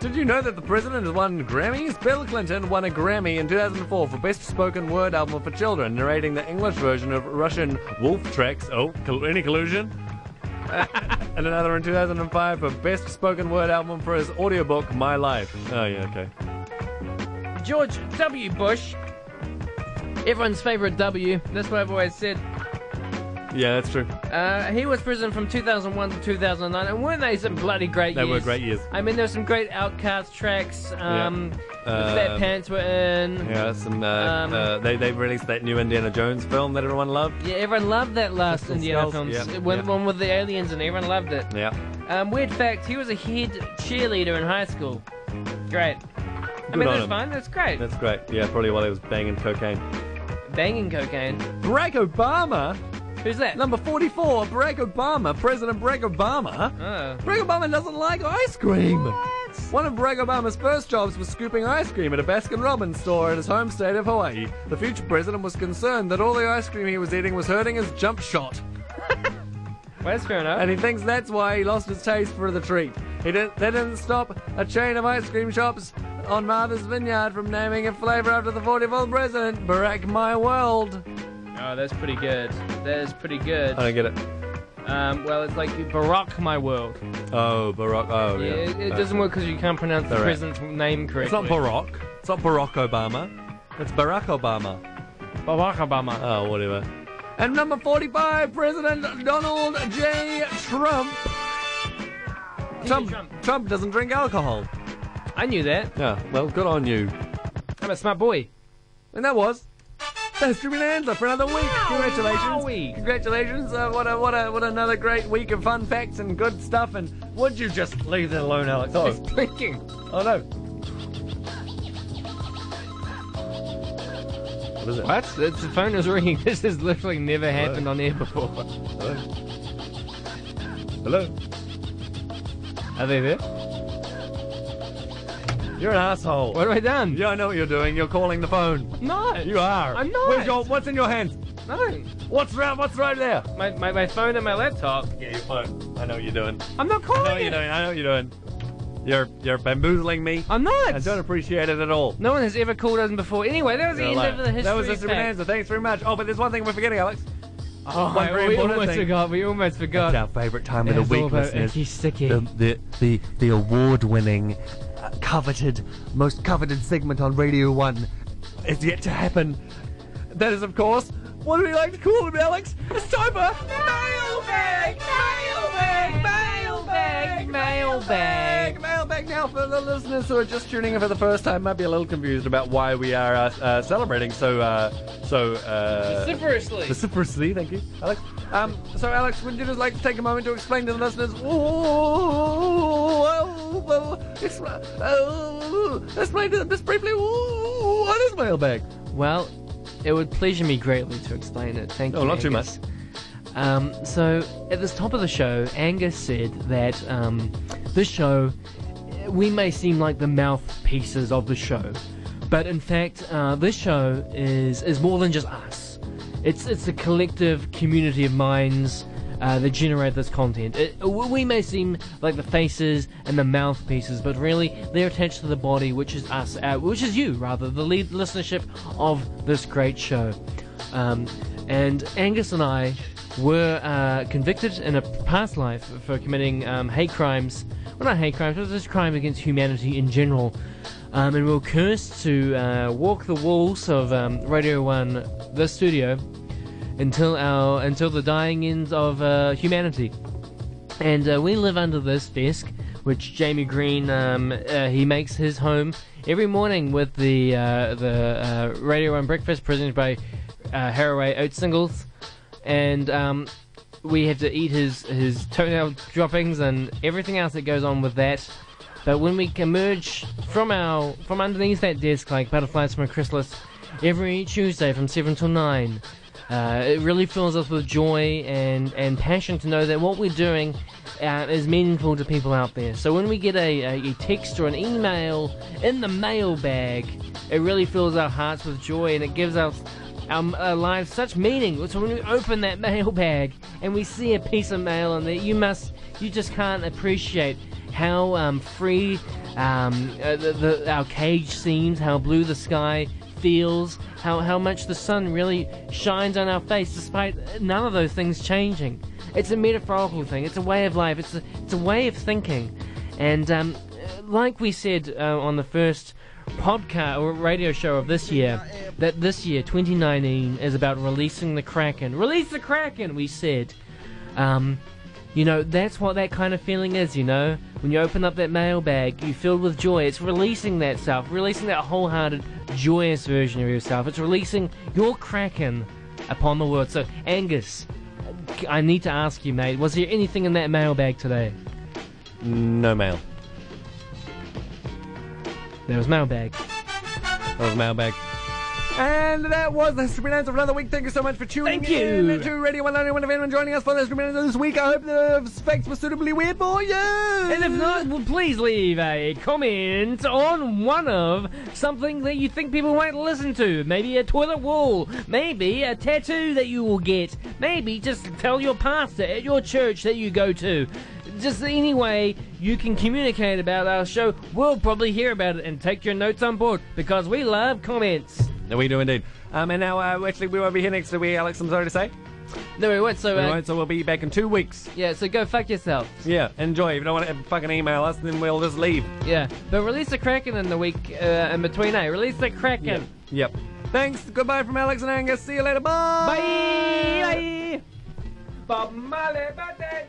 C: Did you know that the president has won Grammys? Bill Clinton won a Grammy in 2004 for Best Spoken Word Album for Children, narrating the English version of Russian Wolf Tracks. Oh, col- any collusion? Uh, and another in 2005 for Best Spoken Word Album for his audiobook, My Life. Oh, yeah, okay.
B: George W. Bush. Everyone's favorite W. That's what I've always said.
C: Yeah, that's true.
B: Uh, he was president from 2001 to 2009, and weren't they some bloody great
C: They
B: years?
C: were great years.
B: I mean, there were some great Outcast tracks. Um,
C: Uh,
B: Fat Pants were in.
C: Yeah, some. Uh,
B: Um,
C: uh, they they released that new Indiana Jones film that everyone loved.
B: Yeah, everyone loved that last
C: Crystal
B: Indiana film.
C: Skulls, yeah,
B: One,
C: yeah.
B: one with the aliens and everyone loved it.
C: Yeah.
B: Um, weird fact, he was a head cheerleader in high school. Great. I
C: Good
B: mean,
C: on
B: that's
C: him.
B: fine, that's great.
C: That's great. Yeah, probably while he was banging cocaine.
B: Banging cocaine.
C: Barack Obama,
B: Who's that?
C: number 44. Barack Obama, President Barack Obama.
B: Oh.
C: Barack Obama doesn't like ice cream. One of Barack Obama's first jobs was scooping ice cream at a Baskin Robbins store in his home state of Hawaii. The future president was concerned that all the ice cream he was eating was hurting his jump shot.
B: Well, that's fair enough.
C: and he thinks that's why he lost his taste for the treat. He didn't, they didn't stop a chain of ice cream shops on Martha's Vineyard from naming a flavour after the 44th president, Barack My World.
B: Oh, that's pretty good. That is pretty good.
C: I don't get it.
B: Um, well, it's like Barack My World.
C: Oh, Barack. Oh,
B: Yeah,
C: yeah.
B: it, it
C: No.
B: doesn't work because you can't pronounce the
C: All right.
B: president's name
C: It's
B: correctly.
C: not Barack. It's not Barack Obama. It's Barack Obama.
B: Barack Obama.
C: Oh, whatever. And number 45, President Donald J. Trump. Trump,
B: Trump.
C: Trump doesn't drink alcohol.
B: I knew that.
C: Yeah, well, good on you.
B: I'm a smart boy.
C: And that was the History Bonanza for another week. Congratulations.
B: Wowee.
C: Congratulations. Uh, what, a, what, a, what another great week of fun facts and good stuff. And would you just leave that alone, Alex?
B: It's
C: Oh,
B: blinking.
C: oh no. What is it?
B: What? It's, the phone is ringing. This has literally never happened on air before.
C: Hello?
B: Are they there?
C: You're an asshole.
B: What have I done?
C: Yeah, I know what you're doing. You're calling the phone.
B: No.
C: You are.
B: I'm not.
C: Where's your- what's in your hands?
B: No.
C: What's right, what's right there?
B: My, my, my phone and my laptop.
C: Yeah, your phone. I know what you're doing.
B: I'm not calling
C: I know what you're
B: it.
C: doing. I know what you're doing. You're, you're bamboozling me.
B: I'm not.
C: I don't appreciate it at all.
B: No one has ever called us before. Anyway, that was the
C: Yeah,
B: end
C: like-
B: of the history.
C: That was Mr.
B: fact.
C: Bonanza. Thanks very much. Oh, but there's one thing we're forgetting, Alex.
B: Oh,
C: One very
B: we
C: important
B: almost
C: thing.
B: forgot. We almost forgot.
G: It's our favourite time of
B: It
G: the
B: was all
G: week,
B: about
G: listeners.
B: Icky Sticky.
G: The,
C: Um,
G: the, the, the award winning, uh, coveted, most coveted segment on Radio 1.
C: It's yet to happen. That is, of course, what do we like to call it, Alex? It's time for mailbag, mailbag,
B: Mailbag, mailbag.
C: mailbag, mailbag. Now, for the listeners who are just tuning in for the first time, might be a little confused about why we are uh, uh, celebrating so uh, so uh,
B: Vociferously.
C: Vociferously, thank you, Alex. Um, so, Alex, would you just like to take a moment to explain to the listeners? Ooh, oh, oh, expl- oh, explain to them just briefly. Ooh, what is mailbag?
B: Well, It would pleasure me greatly to explain it. Thank
G: Oh,
B: you.
G: not too
B: Angus. Um, so, at the top of the show, Angus said that um, this show, eh, we may seem like the mouthpieces of the show, but in fact, uh, this show is is more than just us. It's it's a collective community of minds uh, that generate this content. It, w- we may seem like the faces and the mouthpieces, but really they're attached to the body, which is us, uh, which is you rather, the lead listenership of this great show. Um, and Angus and I were uh, convicted in a past life for committing um, hate crimes. Well, not hate crimes, it was just crime against humanity in general. Um, and we were cursed to uh, walk the walls of um, Radio 1, the studio, until our until the dying ends of uh, humanity. And uh, we live under this desk, which Jamie Green um, uh, he makes his home every morning with the uh, the uh, Radio One Breakfast presented by uh, Haraway Oat Singles, and um, we have to eat his his toenail droppings and everything else that goes on with that. But when we emerge from our from underneath that desk like butterflies from a chrysalis, every Tuesday from seven till nine, uh, it really fills us with joy and, and passion to know that what we're doing uh, is meaningful to people out there. So when we get a, a, a text or an email in the mailbag, it really fills our hearts with joy and it gives us our, our lives such meaning. So when we open that mailbag and we see a piece of mail on there, you must, you just can't appreciate how um, free um, uh, the, the, our cage seems, how blue the sky feels, how, how much the sun really shines on our face despite none of those things changing. It's a metaphorical thing, it's a way of life, it's a, it's a way of thinking. And um, uh, like we said uh, on the first podcast or radio show of this year, that this year, 2019, is about releasing the Kraken. Release the Kraken, we said. Um, you know, that's what that kind of feeling is, you know? When you open up that mailbag, you're filled with joy. It's releasing that self, releasing that wholehearted, joyous version of yourself. It's releasing your Kraken upon the world. So, Angus, I need to ask you, mate, was there anything in that mailbag today?
G: No mail.
B: There was mailbag.
G: That was mailbag.
C: And that was the Super Bonanza for another week. Thank you so much for tuning
B: Thank
C: in
B: you.
C: to Radio 191 of anyone joining us for the Super Bonanza this week. I hope the facts were suitably weird for you.
B: And if not, well, please leave a comment on one of something that you think people might listen to. Maybe a toilet wall, maybe a tattoo that you will get, maybe just tell your pastor at your church that you go to. Just any way you can communicate about our show, we'll probably hear about it and take your notes on board because we love comments.
G: We do indeed.
C: Um, and now, uh, actually, we won't be here next week, Alex. I'm sorry to say.
B: No, we won't. So,
C: All
B: uh,
C: right, so we'll be back in two weeks.
B: yeah, so go fuck yourself.
C: Yeah, enjoy. If you don't want to fucking email us, then we'll just leave.
B: Yeah. But release the Kraken in the week uh, in between, eh? Release the Kraken.
C: Yep. Thanks. Goodbye from Alex and Angus. See you later. Bye.
B: Bye! Bye!
C: Bob Marley, birthday.